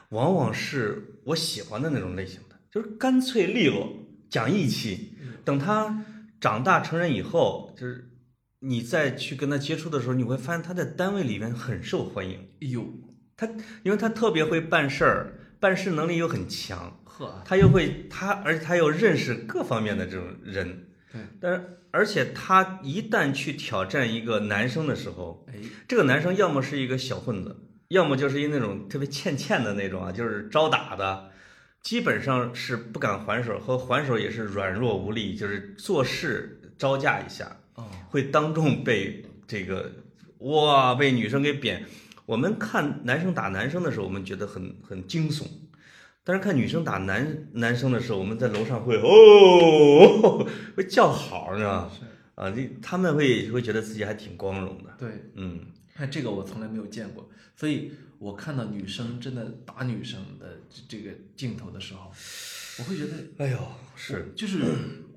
往往是我喜欢的那种类型的，就是干脆利落，讲义气。等他长大成人以后，就是你再去跟他接触的时候，你会发现他在单位里面很受欢迎，
有
因为他特别会办事儿，办事能力又很强，
呵，
他又会他，而且他又认识各方面的这种人。
对，
但是而且他一旦去挑战一个男生的时候，
哎，
这个男生要么是一个小混子，要么就是一那种特别欠欠的那种啊，就是招打的，基本上是不敢还手，和还手也是软弱无力，就是做事招架一下，
哦，
会当众被这个哇被女生给扁。我们看男生打男生的时候，我们觉得很很惊悚。但是看女生打男男生的时候，我们在楼上会哦， 会叫好呢
是
啊，这他们会会觉得自己还挺光荣的，
对。
嗯。
看这个我从来没有见过，所以我看到女生真的打女生的这这个镜头的时候，我会觉得
哎呦，是，
嗯就是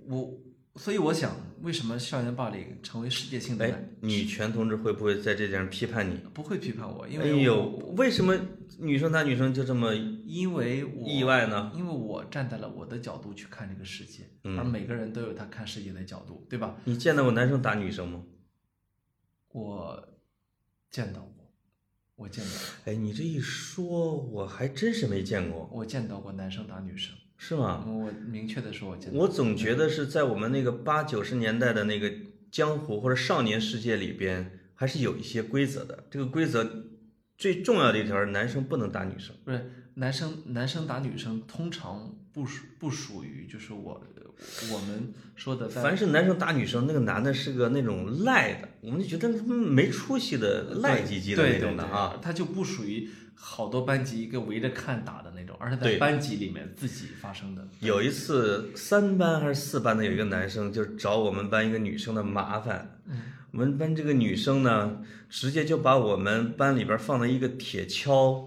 我，所以我想，为什么校园霸凌成为世界性的
哎
难？，
女权同志会不会在这点上批判你？
不会批判我，因
哎
为
呦，为什么女生打女生就这么
因为我
意外呢？
因为我站在了我的角度去看这个世界，
嗯
而每个人都有他看世界的角度，对吧？
你见到过男生打女生吗？
我见到过，我见到过，
哎，你这一说，我还真是没见过，
我见到过男生打女生，
是吗？
我明确的说，我见到过
我总觉得是在我们那个八九十年代的那个江湖或者少年世界里边，还是有一些规则的。这个规则最重要的一条是男生不能打女生。
不是男生男生打女生，通常不属不属于就是我我们说的在
凡是男生打女生，那个男的是个那种赖的，我们就觉得他们没出息的赖唧唧的那种的啊。，
对对对对他就不属于好多班级一个围着看打的那种，而是在
对
班级里面自己发生的。
有一次，三班还是四班的有一个男生，就是找我们班一个女生的麻烦。
嗯
我们班这个女生呢，直接就把我们班里边放的一个铁锹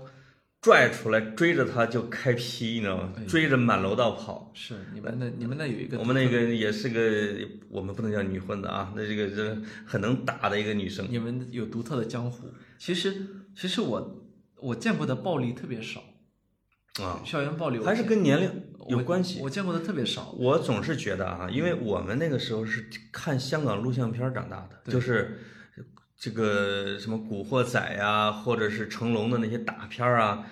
拽出来，追着他就开劈，你知道吗
哎？
追着满楼道跑。
是你们那你们那有一个
我们那个也是个，我们不能叫女混子啊，那这个就是很能打的一个女生。
你们有独特的江湖。其实其实我我见过的暴力特别少
啊，
校园暴力我
还是跟年龄
我
有关系。
我见过的特别少。
我总是觉得啊，因为我们那个时候是看香港录像片儿长大的，
对
就是这个什么《古惑仔》呀，或者是成龙的那些大片儿啊，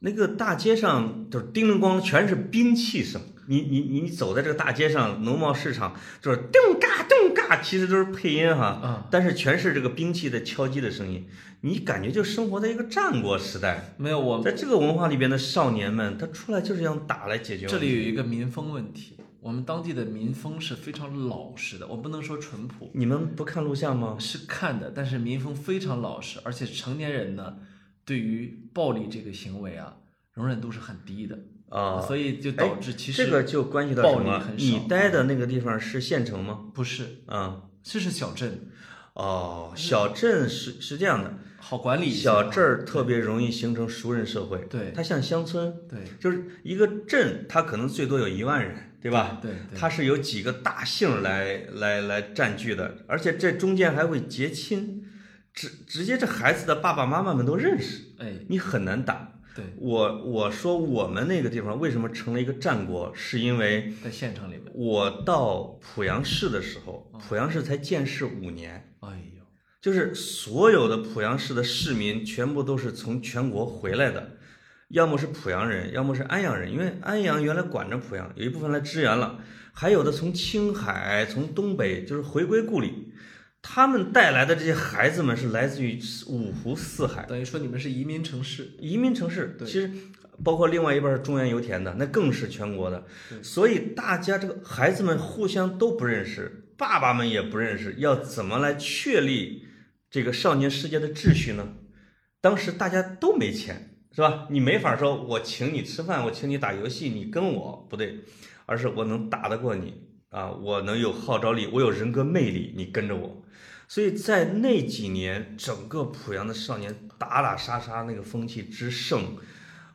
那个大街上就是叮铃咣啷全是兵器声。你你你走在这个大街上，农贸市场就是咚嘎咚嘎，其实都是配音哈，
嗯
但是全是这个兵器的敲击的声音，你感觉就生活在一个战国时代。
没有我
在这个文化里边的少年们，他出来就是想打来解决问
这
题。
里有一个民风问题，我们当地的民风是非常老实的，我不能说淳朴，
你们不看录像吗？
是看的，但是民风非常老实，而且成年人呢，对于暴力这个行为啊，容忍度是很低的
啊
所以就导致其实
这个就关系到
暴
什
力
么？
很少啊
你待的那个地方是县城吗？
不是，
啊、
这是小镇，
哦，小镇是是这样的，
好嗯管理一些
小
嘛
镇儿特别容易形成熟人社会，
对
它像乡村，
对
就是一个镇，它可能最多有一万人，对吧？
对对
它是由几个大姓儿来来来占据的，而且这中间还会结亲，直直接这孩子的爸爸妈妈们都认识，
哎，
你很难打。
对，
我我说我们那个地方为什么成了一个战国，是因为
在县城里面，
我到濮阳市的时候，濮阳市才建市五年。
哎呦，
就是所有的濮阳市的市民全部都是从全国回来的，要么是濮阳人，要么是安阳人，因为安阳原来管着濮阳，有一部分来支援了，还有的从青海、从东北，就是回归故里。他们带来的这些孩子们是来自于五湖四海
等于说你们是移民城市，
移民城市，
对
其实包括另外一半是中原油田的，那更是全国的。所以大家这个孩子们互相都不认识，爸爸们也不认识，要怎么来确立这个少年世界的秩序呢？当时大家都没钱，是吧？你没法说我请你吃饭，我请你打游戏，你跟我不对，而是我能打得过你啊，我能有号召力，我有人格魅力，你跟着我。所以在那几年，整个濮阳的少年打打杀杀那个风气之盛，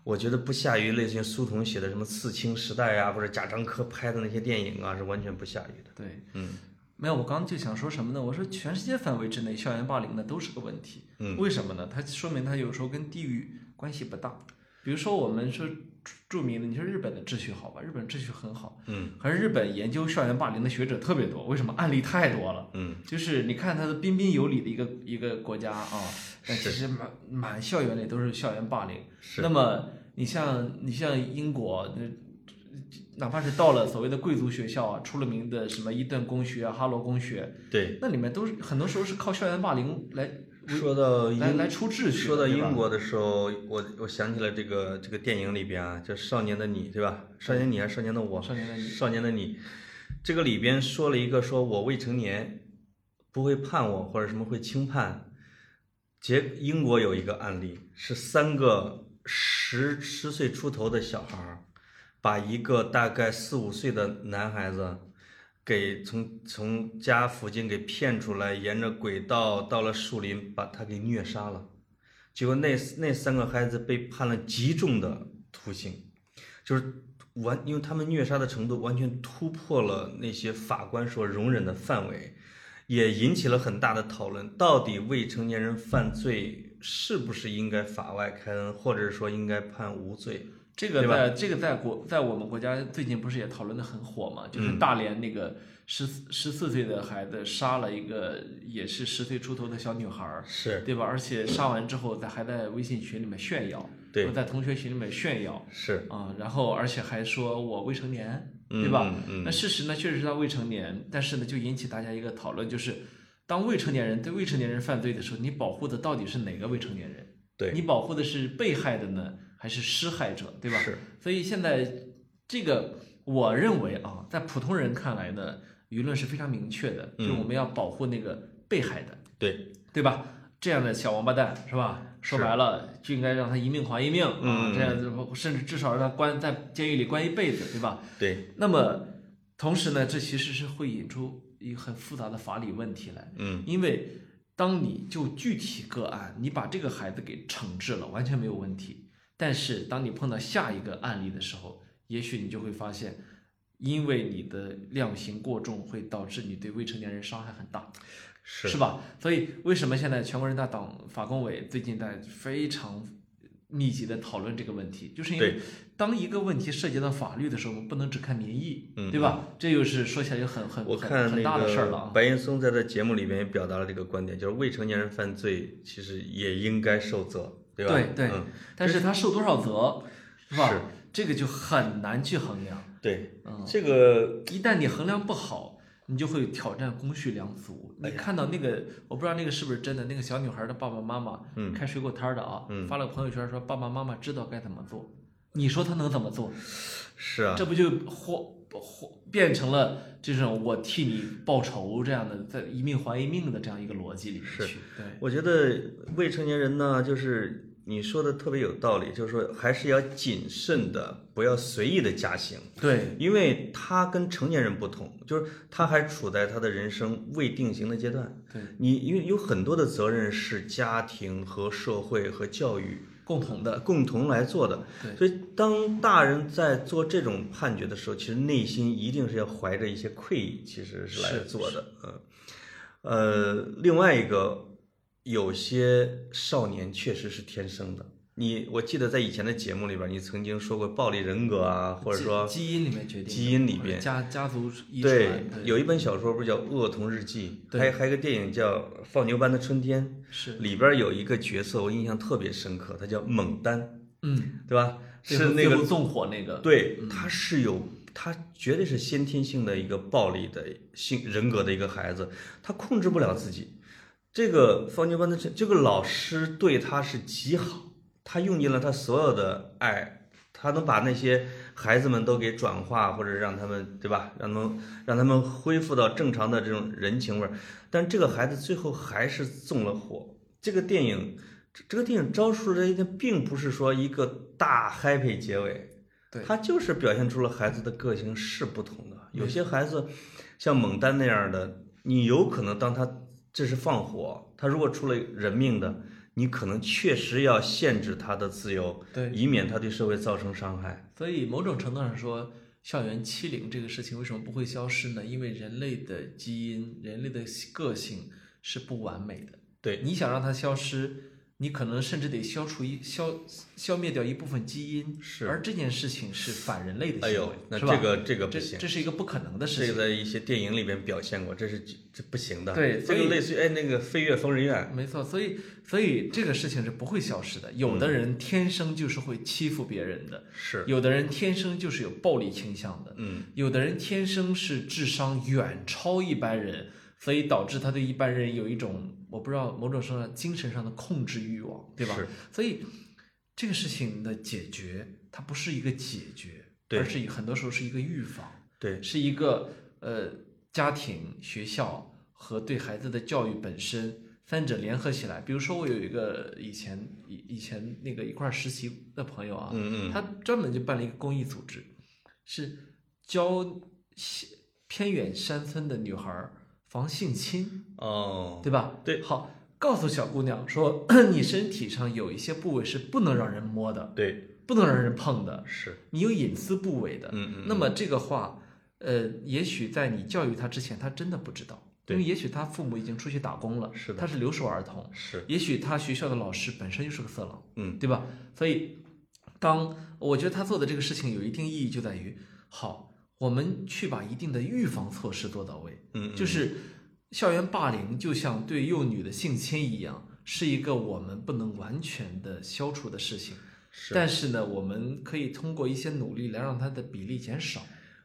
我觉得不下于类似于苏童写的什么《刺青时代》啊，或者贾樟柯拍的那些电影啊，是完全不下于的。
对，
嗯，
没有，我刚刚就想说什么呢？我说全世界范围之内，校园霸凌呢都是个问题。
嗯，
为什么呢？它说明它有时候跟地域关系不大。比如说我们说著著名的，你说日本的秩序好吧？日本秩序很好，
嗯，
可是日本研究校园霸凌的学者特别多，为什么？案例太多了。
嗯，
就是你看它是彬彬有礼的一个一个国家啊，但其实满满校园里都是校园霸凌。
是
那么你像你像英国，那哪怕是到了所谓的贵族学校啊，出了名的什么伊顿公学、啊哈罗公学，
对。
那里面都是很多时候是靠校园霸凌来
说到
来
英，
来出秩序的。
说到
对吧
英，国的时候，我我想起了这个这个电影里边啊，叫《少年的你》，对吧？少年你还是少年的我？
少年的你
少年的你，这个里边说了一个，说我未成年不会判我或者什么会轻判。结英国有一个案例，是三个十十岁出头的小孩儿，把一个大概四五岁的男孩子。给从从家附近给骗出来，沿着轨道到了树林，把他给虐杀了。结果那那三个孩子被判了极重的徒刑，就是完，因为他们虐杀的程度完全突破了那些法官所容忍的范围，也引起了很大的讨论。到底未成年人犯罪是不是应该法外开恩，或者说应该判无罪？
这个
对吧
在这个在国在我们国家最近不是也讨论的很火嘛？就是大连那个十十四岁的孩子杀了一个也是十岁出头的小女孩儿，
是
对吧？而且杀完之后，他还在微信群里面炫耀，
对
在同学群里面炫耀。
是，
啊、然后而且还说我未成年，对吧？
嗯？嗯
那
嗯，
事实呢，确实是他未成年，但是呢，就引起大家一个讨论，就是当未成年人对未成年人犯罪的时候，你保护的到底是哪个未成年人？
对，
你保护的是被害的呢，还是施害者，对吧？
是，
所以现在这个，我认为啊，在普通人看来呢，舆论是非常明确的，就是我们要保护那个被害的，
嗯对，
对吧？这样的小王八蛋是吧？说白了就应该让他一命还一命啊，
嗯
这样子甚至至少让他关在监狱里关一辈子，对吧？
对，
那么同时呢，这其实是会引出一个很复杂的法理问题来，
嗯。
因为当你就具体个案，你把这个孩子给惩治了，完全没有问题。但是当你碰到下一个案例的时候，也许你就会发现，因为你的量刑过重，会导致你对未成年人伤害很大。
是
吧？所以为什么现在全国人大党法工委最近在非常密集的讨论这个问题，就是因为当一个问题涉及到法律的时候，我们不能只看民意，
嗯
对吧？这又是说起来就很很
我
很
看
很
那
大的事儿了
个
啊。
白岩松在他节目里面也表达了这个观点，就是未成年人犯罪其实也应该受责，对吧？
对
嗯
但是他受多少责，是吧？
是
这个就很难去衡量。
对，
嗯
这个
一旦你衡量不好，你就会挑战公序良俗。
哎
你看到那个，我不知道那个是不是真的，那个小女孩的爸爸妈妈，
嗯
开水果摊儿的啊，
嗯
发了个朋友圈说爸爸妈妈知道该怎么做，你说他能怎么做？
是啊，
这不就或变成了这种我替你报仇这样的，在一命还一命的这样一个逻辑里面
是
去。对，
我觉得未成年人呢，就是你说的特别有道理，就是说还是要谨慎的，不要随意的加刑，
对，
因为他跟成年人不同，就是他还处在他的人生未定型的阶段。
对，
你因为有很多的责任是家庭和社会和教育
共同的，
共同来做的，
对
所以当大人在做这种判决的时候，其实内心一定是要怀着一些愧意，其实是来
是
做的，嗯，呃，另外一个，有些少年确实是天生的。你我记得在以前的节目里边，你曾经说过暴力人格啊，或者
基
说
基因里面决定的，
基因里边
或者家家族遗传，
对
对，，
有一本小说不是叫《恶童日记》，
对
还还有一个电影叫《放牛班的春天》，
是，
里边有一个角色我印象特别深刻，他叫猛丹，
嗯，
对吧？
最
是
后
那
最
个
后纵火那个，
对，他是有，他绝对是先天性的一个暴力的性人格的一个孩子，他控制不了自己。这个方牛班的这这个老师对他是极好，他用尽了他所有的爱，他能把那些孩子们都给转化，或者让他们对吧，让他们让他们恢复到正常的这种人情味儿。但这个孩子最后还是纵了火。这个电影，这这个电影招出来的并不是说一个大 happy 结尾，
对
他就是表现出了孩子的个性是不同的。有些孩子像猛丹那样的，你有可能当他这是放火，他如果出了人命的，你可能确实要限制他的自由，
对，
以免他对社会造成伤害。
所以某种程度上说，校园欺凌这个事情为什么不会消失呢？因为人类的基因、人类的个性是不完美的。
对，
你想让它消失，你可能甚至得消除一消消灭掉一部分基因，
是
而这件事情是反人类的
哎
行
呦
为，，
那
是
这
吧？
个这个不
这
行，
这是一个不可能的事
这
情。
个在一些电影里边表现过，这是这不行的。
对
这
所以
个类似于哎那个《飞越疯人院》，
没错，所以所以这个事情是不会消失的。有的人天生就是会欺负别人的，
嗯是，
有的人天生就是有暴力倾向的，
嗯，
有的人天生是智商远超一般人，所以导致他对一般人有一种我不知道某种程度上精神上的控制欲望，对吧
是？
所以这个事情的解决，它不是一个解决，
对
而是很多时候是一个预防，
对，
是一个呃家庭、学校和对孩子的教育本身三者联合起来。比如说，我有一个以前以以前那个一块儿实习的朋友啊，
嗯嗯，
他专门就办了一个公益组织，是教西偏远山村的女孩儿防性侵，
哦，
对吧？
对，
好，告诉小姑娘说， 你身体上有一些部位是不能让人摸的，
对，
不能让人碰的，
是，
你有隐私部位的。
嗯嗯，
那么这个话，呃，也许在你教育她之前，她真的不知道，
对
因为也许她父母已经出去打工了，
是的
她是留守儿童，
是，
也许她学校的老师本身就是个色狼。
嗯，
对吧？所以，当我觉得他做的这个事情有一定意义，就在于好，我们去把一定的预防措施做到位，
嗯，
就
嗯
是校园霸凌就像对幼女的性侵一样，是一个我们不能完全的消除的事情，
是。
但是呢，我们可以通过一些努力来让它的比例减少。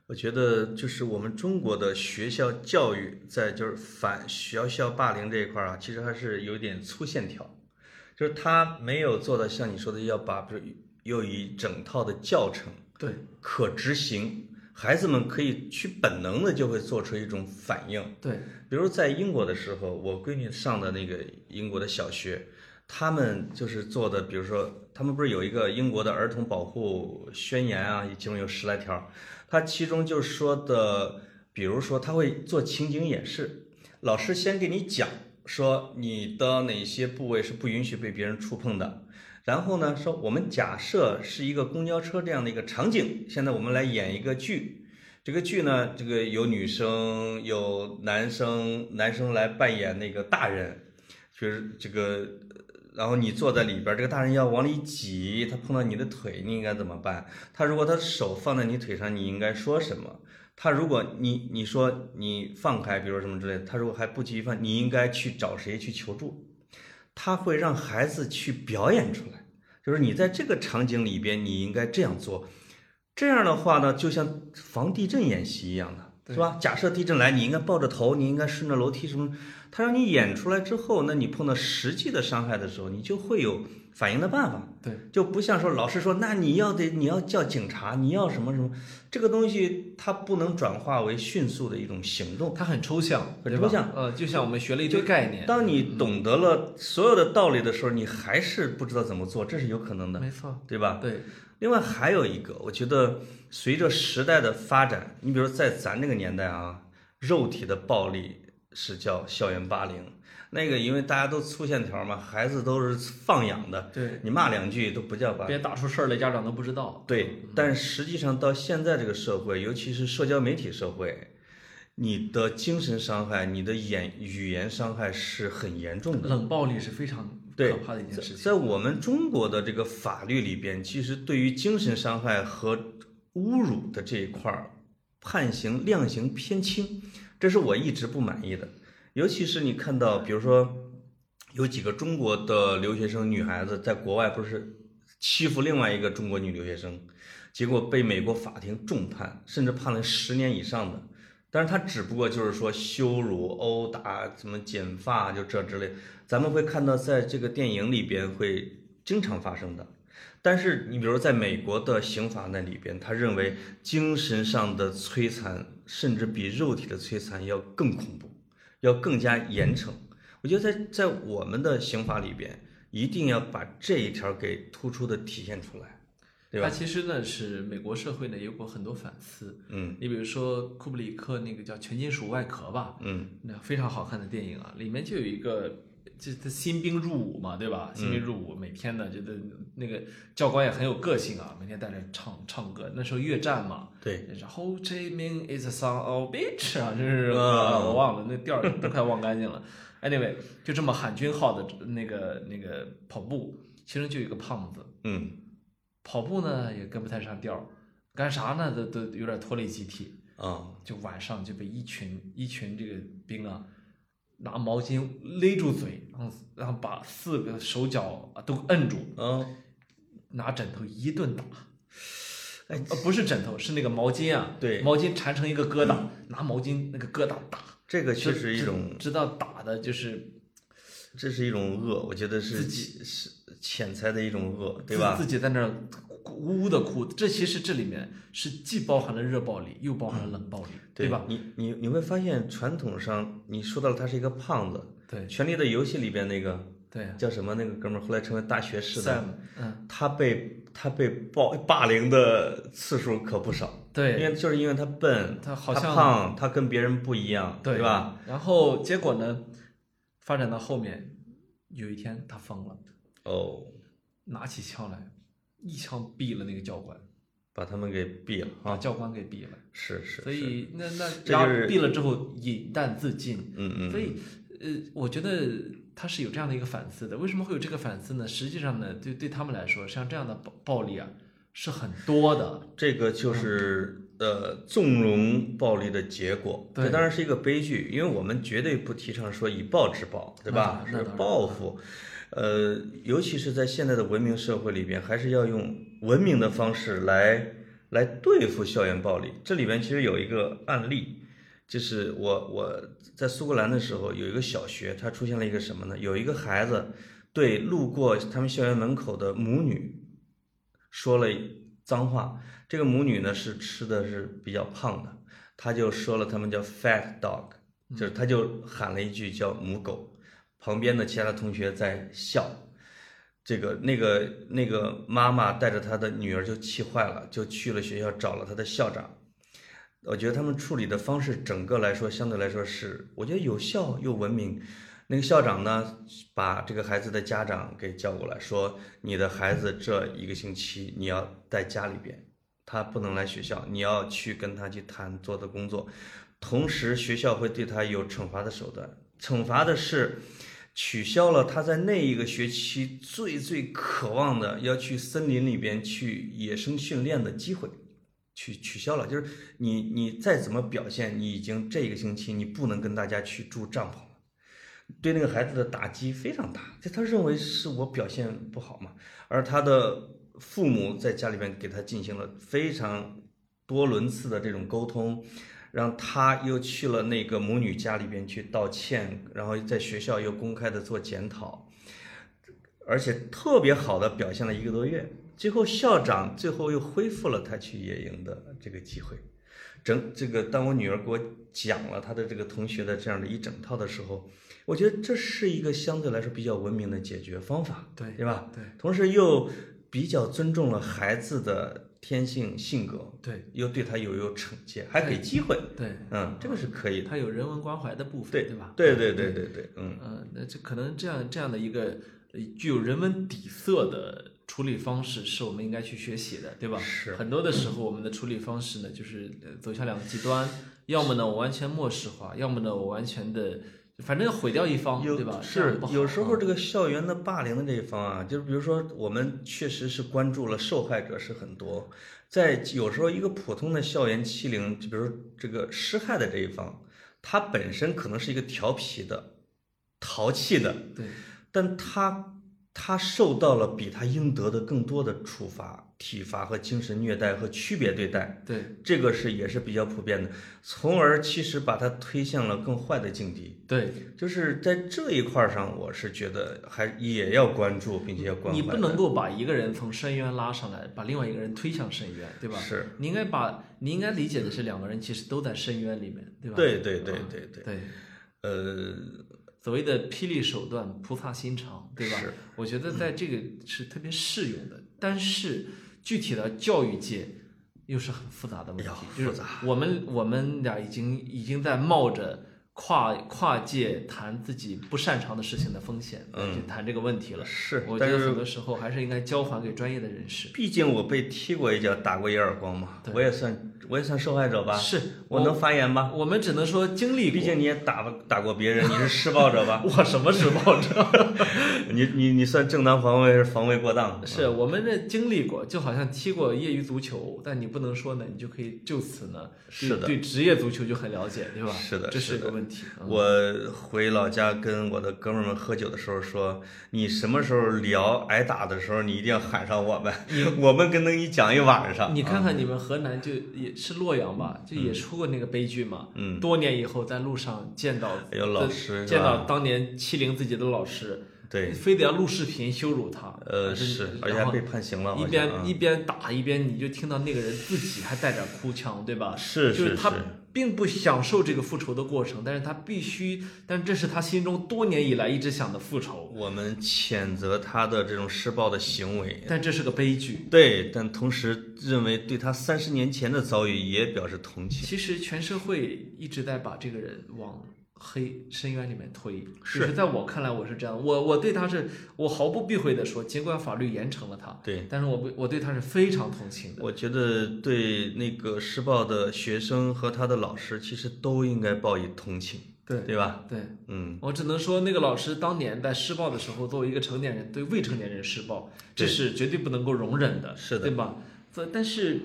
我觉得就是我们中国的学校教育在就是反学校霸凌这一块儿啊，其实还是有点粗线条，就是他没有做到像你说的要把，比如有一整套的教程
对，
可执行，孩子们可以去本能的就会做出一种反应。
对，
比如在英国的时候，我闺女上的那个英国的小学，他们就是做的，比如说，他们不是有一个英国的儿童保护宣言啊，其中有十来条，它其中就说的，比如说他会做情景演示，老师先给你讲说你的哪些部位是不允许被别人触碰的。然后呢，说我们假设是一个公交车这样的一个场景，现在我们来演一个剧，这个剧呢，这个有女生，有男生，男生来扮演那个大人，就是这个，然后你坐在里边儿，这个大人要往里挤，他碰到你的腿，你应该怎么办？他如果他手放在你腿上，你应该说什么？他如果你你说你放开，比如什么之类的，他如果还不急放，你应该去找谁去求助？他会让孩子去表演出来，就是你在这个场景里边，你应该这样做，这样的话呢，就像防地震演习一样的，
对
是吧？假设地震来，你应该抱着头，你应该顺着楼梯什么。他让你演出来之后，那你碰到实际的伤害的时候，你就会有反应的办法。
对，
就不像说老师说，那你要得你要叫警察，你要什么什么，这个东西它不能转化为迅速的一种行动。
它很抽象，
很
对吧
抽象。
呃，就像我们学了一堆概念，嗯
当你懂得了所有的道理的时候，你还是不知道怎么做，这是有可能的，
没错，
对吧？
对，
另外还有一个，我觉得随着时代的发展，你比如说在咱这个年代啊，肉体的暴力是叫校园霸凌，那个因为大家都粗线条嘛，孩子都是放养的，
对，
你骂两句都不叫霸凌。
别打出事儿来，家长都不知道。
对，但实际上到现在这个社会，尤其是社交媒体社会，你的精神伤害、你的言语言伤害是很严重的。
冷暴力是非常
对
可怕的一件事情。
在我们中国的这个法律里边，其实对于精神伤害和侮辱的这一块儿，判刑量刑偏轻，这是我一直不满意的。尤其是你看到，比如说有几个中国的留学生女孩子在国外不是欺负另外一个中国女留学生，结果被美国法庭重判，甚至判了十年以上的。但是他只不过就是说羞辱、殴打、什么剪发，就这之类，咱们会看到在这个电影里边会经常发生的。但是你比如说在美国的刑法那里边，他认为精神上的摧残甚至比肉体的摧残要更恐怖，要更加严惩。我觉得在在我们的刑法里边，一定要把这一条给突出的体现出来，对吧？
它其实呢是美国社会呢有过很多反思。
嗯
你比如说库布里克那个叫《全金属外壳》吧，
嗯
那非常好看的电影啊，里面就有一个。这这新兵入伍嘛，对吧？新兵入伍，每天呢，觉得那个教官也很有个性啊，每天带着唱唱歌。那时候越战嘛，
对，
然后 Jimin is a son of bitch 啊，真是
嗯
啊我忘了那调儿都快忘干净了。Anyway，就这么喊军号的那个那个跑步，其中就有一个胖子，
嗯
跑步呢也跟不太上调儿，干啥呢都都有点脱离集体，
啊
就晚上就被一群一群这个兵啊拿毛巾勒住嘴，然后然后把四个手脚啊都摁住，
啊，
拿枕头一顿打。
哎
呃，不是枕头，是那个毛巾啊，
对嗯
毛巾缠成一个疙瘩，拿毛巾那个疙瘩打，
这个确
直
实一
直
种
直到打的就是
这是一种恶，我觉得是
自己
潜是潜在的一种恶，
自
对吧？
自己在那儿呜呜的哭，这其实这里面是既包含了热暴力，又包含了冷暴力，
嗯
对吧？？
你你你会发现，传统上你说到了他是一个胖子，
对
《权力的游戏》里边那个
对啊
叫什么那个哥们儿，后来成为大学士的，
，Sam，嗯，
他被他被暴霸凌的次数可不少，因
对
为就是因为他笨，
他好像啊
胖，他跟别人不一样，对吧？？
然后结果呢，发展到后面，有一天他疯了，
哦，
拿起枪来，一枪毙了那个教官，
把他们给毙了
把
啊！
教官给毙了。
是是，
所
是
以那那
这
然后
就是
毙了之后饮弹自尽。
嗯嗯，
所以呃，我觉得他是有这样的一个反思的。为什么会有这个反思呢？实际上呢，对对他们来说，像这样的暴暴力啊是很多的。
这个就是呃纵容暴力的结果，
嗯对
这当然是一个悲剧，因为我们绝对不提倡说以暴制暴，对吧？
那
是
当然
报复，呃，尤其是在现在的文明社会里边，还是要用文明的方式来来对付校园暴力。这里边其实有一个案例，就是我我在苏格兰的时候，有一个小学，它出现了一个什么呢？有一个孩子对路过他们校园门口的母女说了脏话。这个母女呢是吃的是比较胖的，她就说了他们叫 fat dog，就是她就喊了一句叫母狗，旁边的其他的同学在笑。这个那个那个妈妈带着她的女儿就气坏了，就去了学校找了她的校长。我觉得他们处理的方式，整个来说相对来说是，我觉得有效又文明。那个校长呢，把这个孩子的家长给叫过来，说你的孩子这一个星期你要在家里边，他不能来学校，你要去跟他去谈做的工作。同时，学校会对他有惩罚的手段，惩罚的是取消了他在那一个学期最最渴望的要去森林里边去野生训练的机会。取取消了，就是你你再怎么表现，你已经这一个星期你不能跟大家去住帐篷了，对那个孩子的打击非常大。就他认为是我表现不好嘛，而他的父母在家里边给他进行了非常多轮次的这种沟通，让他又去了那个母女家里边去道歉，然后在学校又公开的做检讨，而且特别好的表现了一个多月。最后校长最后又恢复了他去野营的这个机会。整这个，当我女儿给我讲了她的这个同学的这样的一整套的时候，我觉得这是一个相对来说比较文明的解决方法，
对
对吧？
对，
同时又比较尊重了孩子的天性性格，
对
又对他有有惩戒，还给机会，
对，
嗯，这个是可以的，
它有人文关怀的部分，
对
对吧？
对对对对对，嗯，
呃，那这可能这样这样的一个呃具有人文底色的处理方式，是我们应该去学习的，对吧？
是
很多的时候，我们的处理方式呢，就是呃走向两个极端，要么呢我完全漠视化，要么呢我完全的，反正毁掉一方，
有
对吧？这样
是
不好
有时
啊
候这个校园的霸凌的这一方啊，就是比如说我们确实是关注了受害者是很多，在有时候一个普通的校园欺凌，就比如说这个施害的这一方，他本身可能是一个调皮的、淘气的，
对
但他他受到了比他应得的更多的处罚、体罚和精神虐待和区别对待，
对
这个是也是比较普遍的，从而其实把他推向了更坏的境地。
对，
就是在这一块儿上，我是觉得还也要关注，并且要关怀的。
你不能够把一个人从深渊拉上来，把另外一个人推向深渊，对吧？
是，
你应该把你应该理解的是两个人其实都在深渊里面，对吧？
对对对
啊
对对，
对。
呃，
所谓的霹雳手段，菩萨心肠，对吧
是？
我觉得在这个是特别适用的，但是具体的教育界又是很复杂的问题
哎呀，
就是
复杂
我们我们俩已经已经在冒着跨跨界谈自己不擅长的事情的风险，
嗯
去谈这个问题了。
是
我觉
但
得
是
很多时候还是应该交还给专业的人士。
毕竟我被踢过一脚，打过一耳光嘛，
对
我也算我也算受害者吧。
是
我能发言吧？
我们只能说经历
毕
过，
竟你也打不打过别人，你是施暴者吧？
我什么时候知道？
你你你算正当防卫还是防卫过当？
是我们这经历过，就好像踢过业余足球，但你不能说呢，你就可以就此呢，
是
对
的
对职业足球就很了解，对吧？
是的
这
是
是个问题。嗯
我回老家跟我的哥们儿们喝酒的时候说，你什么时候聊挨打的时候，你一定要喊上我们，我们跟着你讲一晚上。
你看看你们河南就也是洛阳吧，就也出过那个悲剧嘛。
嗯，
多年以后在路上见到
还有老师
见
是吧
到当年欺凌自己的老师，
对，
非得要录视频羞辱他，
呃，，
啊就是
而
然
且还
后
被判刑了，
一
好像啊
边一边打一边，你就听到那个人自己还带点哭腔，对吧？
是
就是他
是
并不享受这个复仇的过程，但是他必须，但这是他心中多年以来一直想的复仇，
我们谴责他的这种施暴的行为，
但这是个悲剧。
对，但同时认为对他三十年前的遭遇也表示同情。
其实全社会一直在把这个人往黑深渊里面推，
是
就是在我看来，我是这样，我我对他是我毫不避讳的说，尽管法律严惩了他，
对，
但是我不我对他是非常同情的。
我觉得对那个施暴的学生和他的老师，其实都应该报以同情，
对
对吧？
对，
嗯，
我只能说，那个老师当年在施暴的时候，作为一个成年人对未成年人施暴，这
对
是绝对不能够容忍的，
是的
对吧？这但是，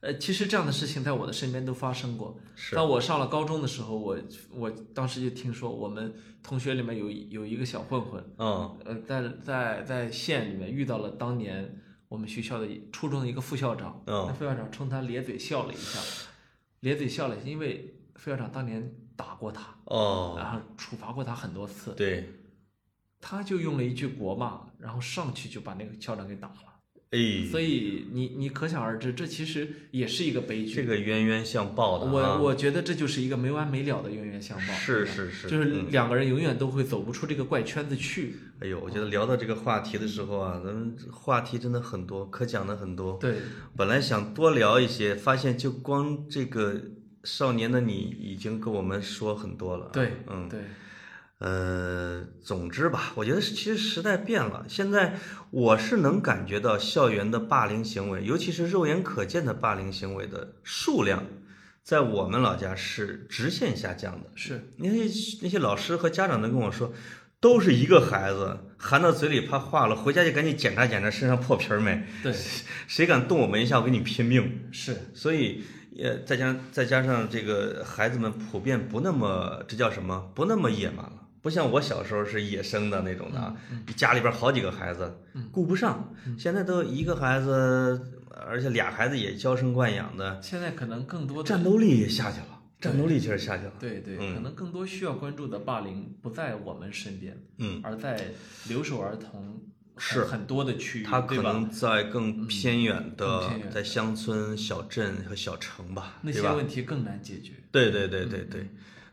呃，其实这样的事情在我的身边都发生过。
是
当我上了高中的时候，我我当时就听说我们同学里面有一有一个小混混，
嗯，
呃，在在在县里面遇到了当年我们学校的初中的一个副校长，
嗯
那副校长冲他咧嘴笑了一下，咧嘴笑了一下，因为副校长当年打过他。
哦，
然后处罚过他很多次，
对，
他就用了一句国骂，然后上去就把那个校长给打了。
哎，
所以你你可想而知，这其实也是一个悲
这
剧。
个冤冤相报的、啊，
我我觉得这就是一个没完没了的冤冤相报，
是是是，
就是
嗯
两个人永远都会走不出这个怪圈子去。
哎呦，我觉得聊到这个话题的时候啊，咱们话题真的很多，可讲的很多。
对，
本来想多聊一些，发现就光这个少年的你已经跟我们说很多了。
对，
嗯，
对，
呃，总之吧，我觉得是其实时代变了，现在我是能感觉到校园的霸凌行为，尤其是肉眼可见的霸凌行为的数量，在我们老家是直线下降的。
是，
那些那些老师和家长都跟我说，都是一个孩子，含到嘴里怕化了，回家就赶紧检查检查身上破皮儿没，
对，
谁敢动我们一下，我跟你拼命。
是，
所以，呃，再加再加上这个孩子们普遍不那么这叫什么，不那么野蛮了。不像我小时候是野生的那种的啊，
嗯
家里边好几个孩子，顾不上。现在都一个孩子，而且俩孩子也娇生惯养的，
现在可能更多的，
战斗力也下去了，战斗力其实下去了。
对对，
嗯
可能更多需要关注的霸凌不在我们身边，
嗯，
而在留守儿童
是
很多的区域，
他可
对吧嗯
能在更偏远
更
的
偏远，的
在乡村、小镇和小城吧，
那些
对
嗯
吧？
问题更难解决。
对对对对对，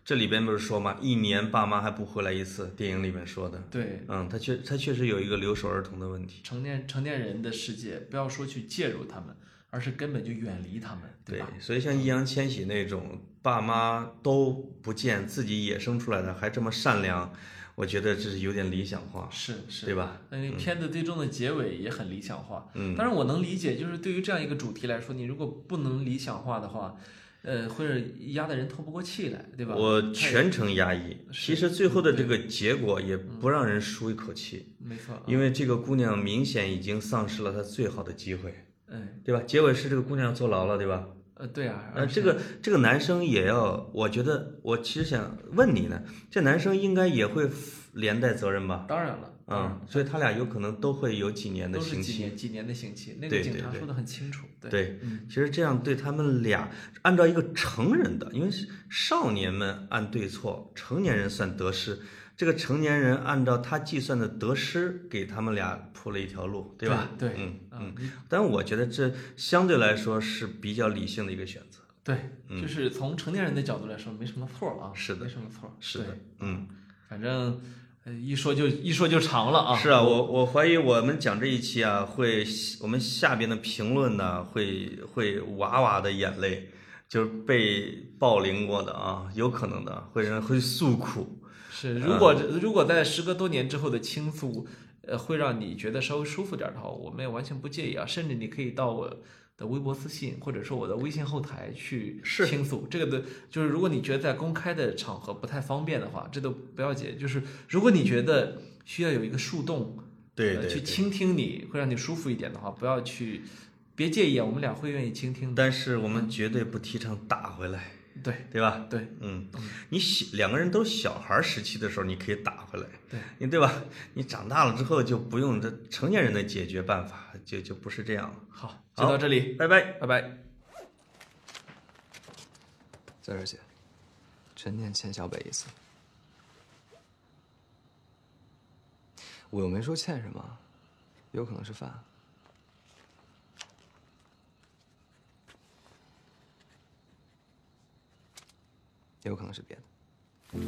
这里边不是说嘛，一年爸妈还不回来一次，电影里面说的。
对，
嗯，他确他确实有一个留守儿童的问题。
成年成年人的世界，不要说去介入他们，而是根本就远离他们，对
对
吧？，
所以像易烊千玺那种爸妈都不见，自己野生出来的还这么善良，我觉得这是有点理想化，
是是。
对吧？
那片子最终的结尾也很理想化，
嗯，
但是我能理解，就是对于这样一个主题来说，你如果不能理想化的话，呃，会让压的人透不过气来，对吧？
我全程压抑，
是嗯
其实最后的这个结果也不让人舒一口气，
没错，
因为这个姑娘明显已经丧失了她最好的机会，
嗯
对吧？结尾是这个姑娘坐牢了，对吧？
呃，对啊，
呃，
而
这个这个男生也要，我觉得我其实想问你呢，这男生应该也会连带责任吧？
当然了，当然
啊、所以他俩有可能都会有几年的
嗯都是
刑
几
期。
年几年的刑期，那个
对
警
对
察
对
说的很清楚，对
对
嗯，
其实这样对他们俩，按照一个成人的，因为是少年们按对错，成年人算得失。这个成年人按照他计算的得失，给他们俩铺了一条路，
对
吧？
对
嗯
嗯
嗯。但我觉得这相对来说是比较理性的一个选择。
对，
嗯
就是从成年人的角度来说，没什么错啊，
是的
没什么错，
是
对
的，嗯，
反正呃一说就一说就长了啊。
是啊，我我怀疑我们讲这一期啊，会我们下边的评论呢、会会哇哇的眼泪，就是被暴凌过的啊，有可能的，会让会诉苦。嗯
是，如果、如果在时隔多年之后的倾诉，呃，会让你觉得稍微舒服点儿的话，我们也完全不介意啊。甚至你可以到我的微博私信，或者说我的微信后台去
是
倾诉。这个的，就是如果你觉得在公开的场合不太方便的话，这都不要紧。就是如果你觉得需要有一个树洞，
对
呃
对
去
对。
倾听你会让你舒服一点的话，不要去，别介意啊，我们俩会愿意倾听的。
但是我们绝对不提倡打回来，
对
对吧？
对
嗯，你小两个人都是小孩时期的时候，你可以打回来，
对
你对吧？你长大了之后就不用这成年人的解决办法，就就不是这样了。
好，就到这里，
拜拜。
拜拜。
在这儿写，陈念欠小北一次。我又没说欠什么，有可能是饭。也有可能是别的。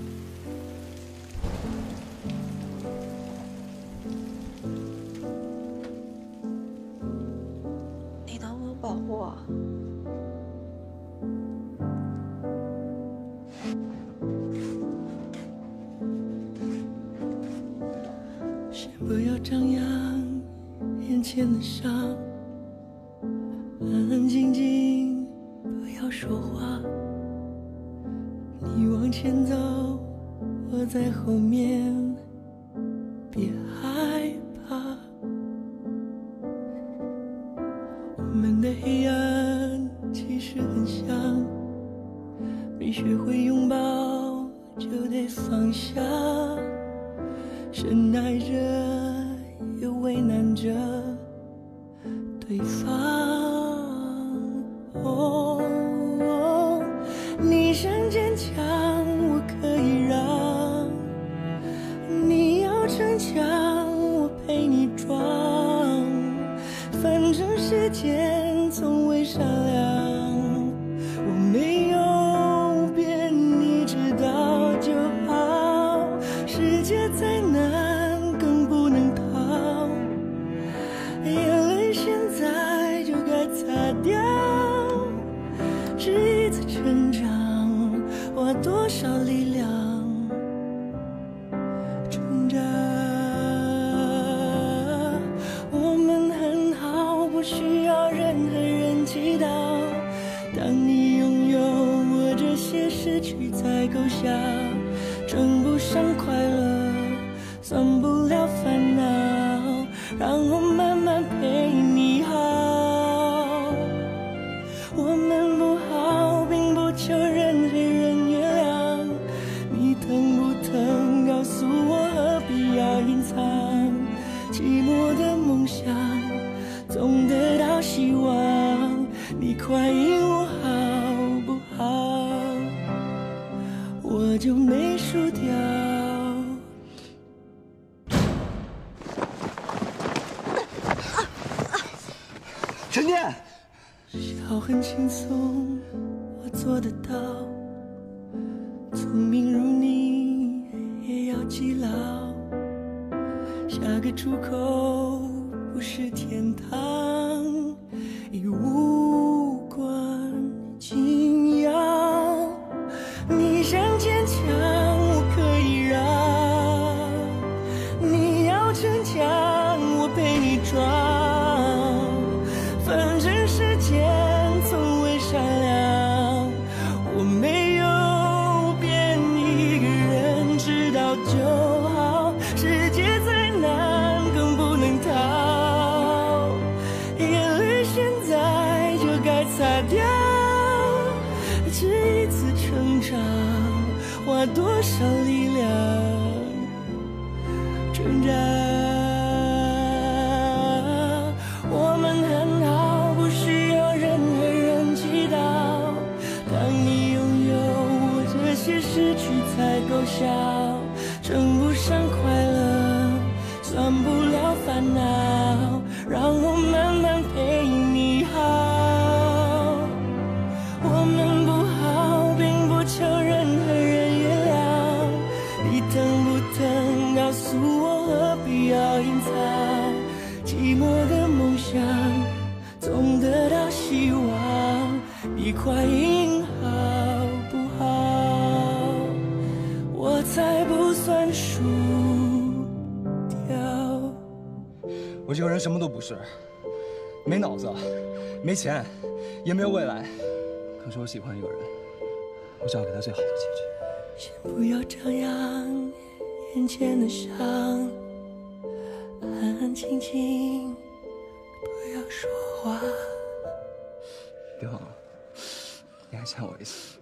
你能不能保护我？啊
先不要张扬眼前的伤，安安静静，不要说话。你往前走，我在后面，别害怕。我们的黑暗其实很像，没学会拥抱就得放下。深爱着又为难着对方。哦，你想坚强，我可以让；你要逞强，我陪你装。反正时间从未善良，我没有变，你知道就好。世界再难，更不能逃。眼泪现在就该擦掉，是一次成长，花多少力量成长。我们很好，不需要任何人祈祷。当你拥有我这些失去才够笑，称不上快乐，算不了烦恼。让我慢慢陪你好，我们不好，并不求任何人原谅。你疼不疼？告诉我，何必要隐藏？寂寞的梦想，总得到希望。你快因我好不好？我就没输掉。
陈念，
笑很轻松，我做得到。聪明如你，也要记牢。下个出口不是天堂，已无关紧要。你想坚强，我可以让；你要逞强，我陪你装。反正时间从未善良，我没有变，一个人知道就好。世界再难更不能逃，眼泪现在就该擦掉。这一次成长，花多少力量成长？我们很好，不需要任何人祈祷。当你拥有这些失去才够笑，称不上快乐，算不了烦恼。让我慢慢陪你好。我们不好，并不求任何人原谅。你疼不疼？告诉我，何必要隐藏？寂寞的梦想，总得到希望。你快应好不好？我才不算输掉。
我这个人什么都不是，没脑子，没钱，也没有未来。可是我喜欢一个人，我想要给他最好的结局。
不要张扬眼前的伤，安安静静，不要说话。
别忘了，你还欠我一次。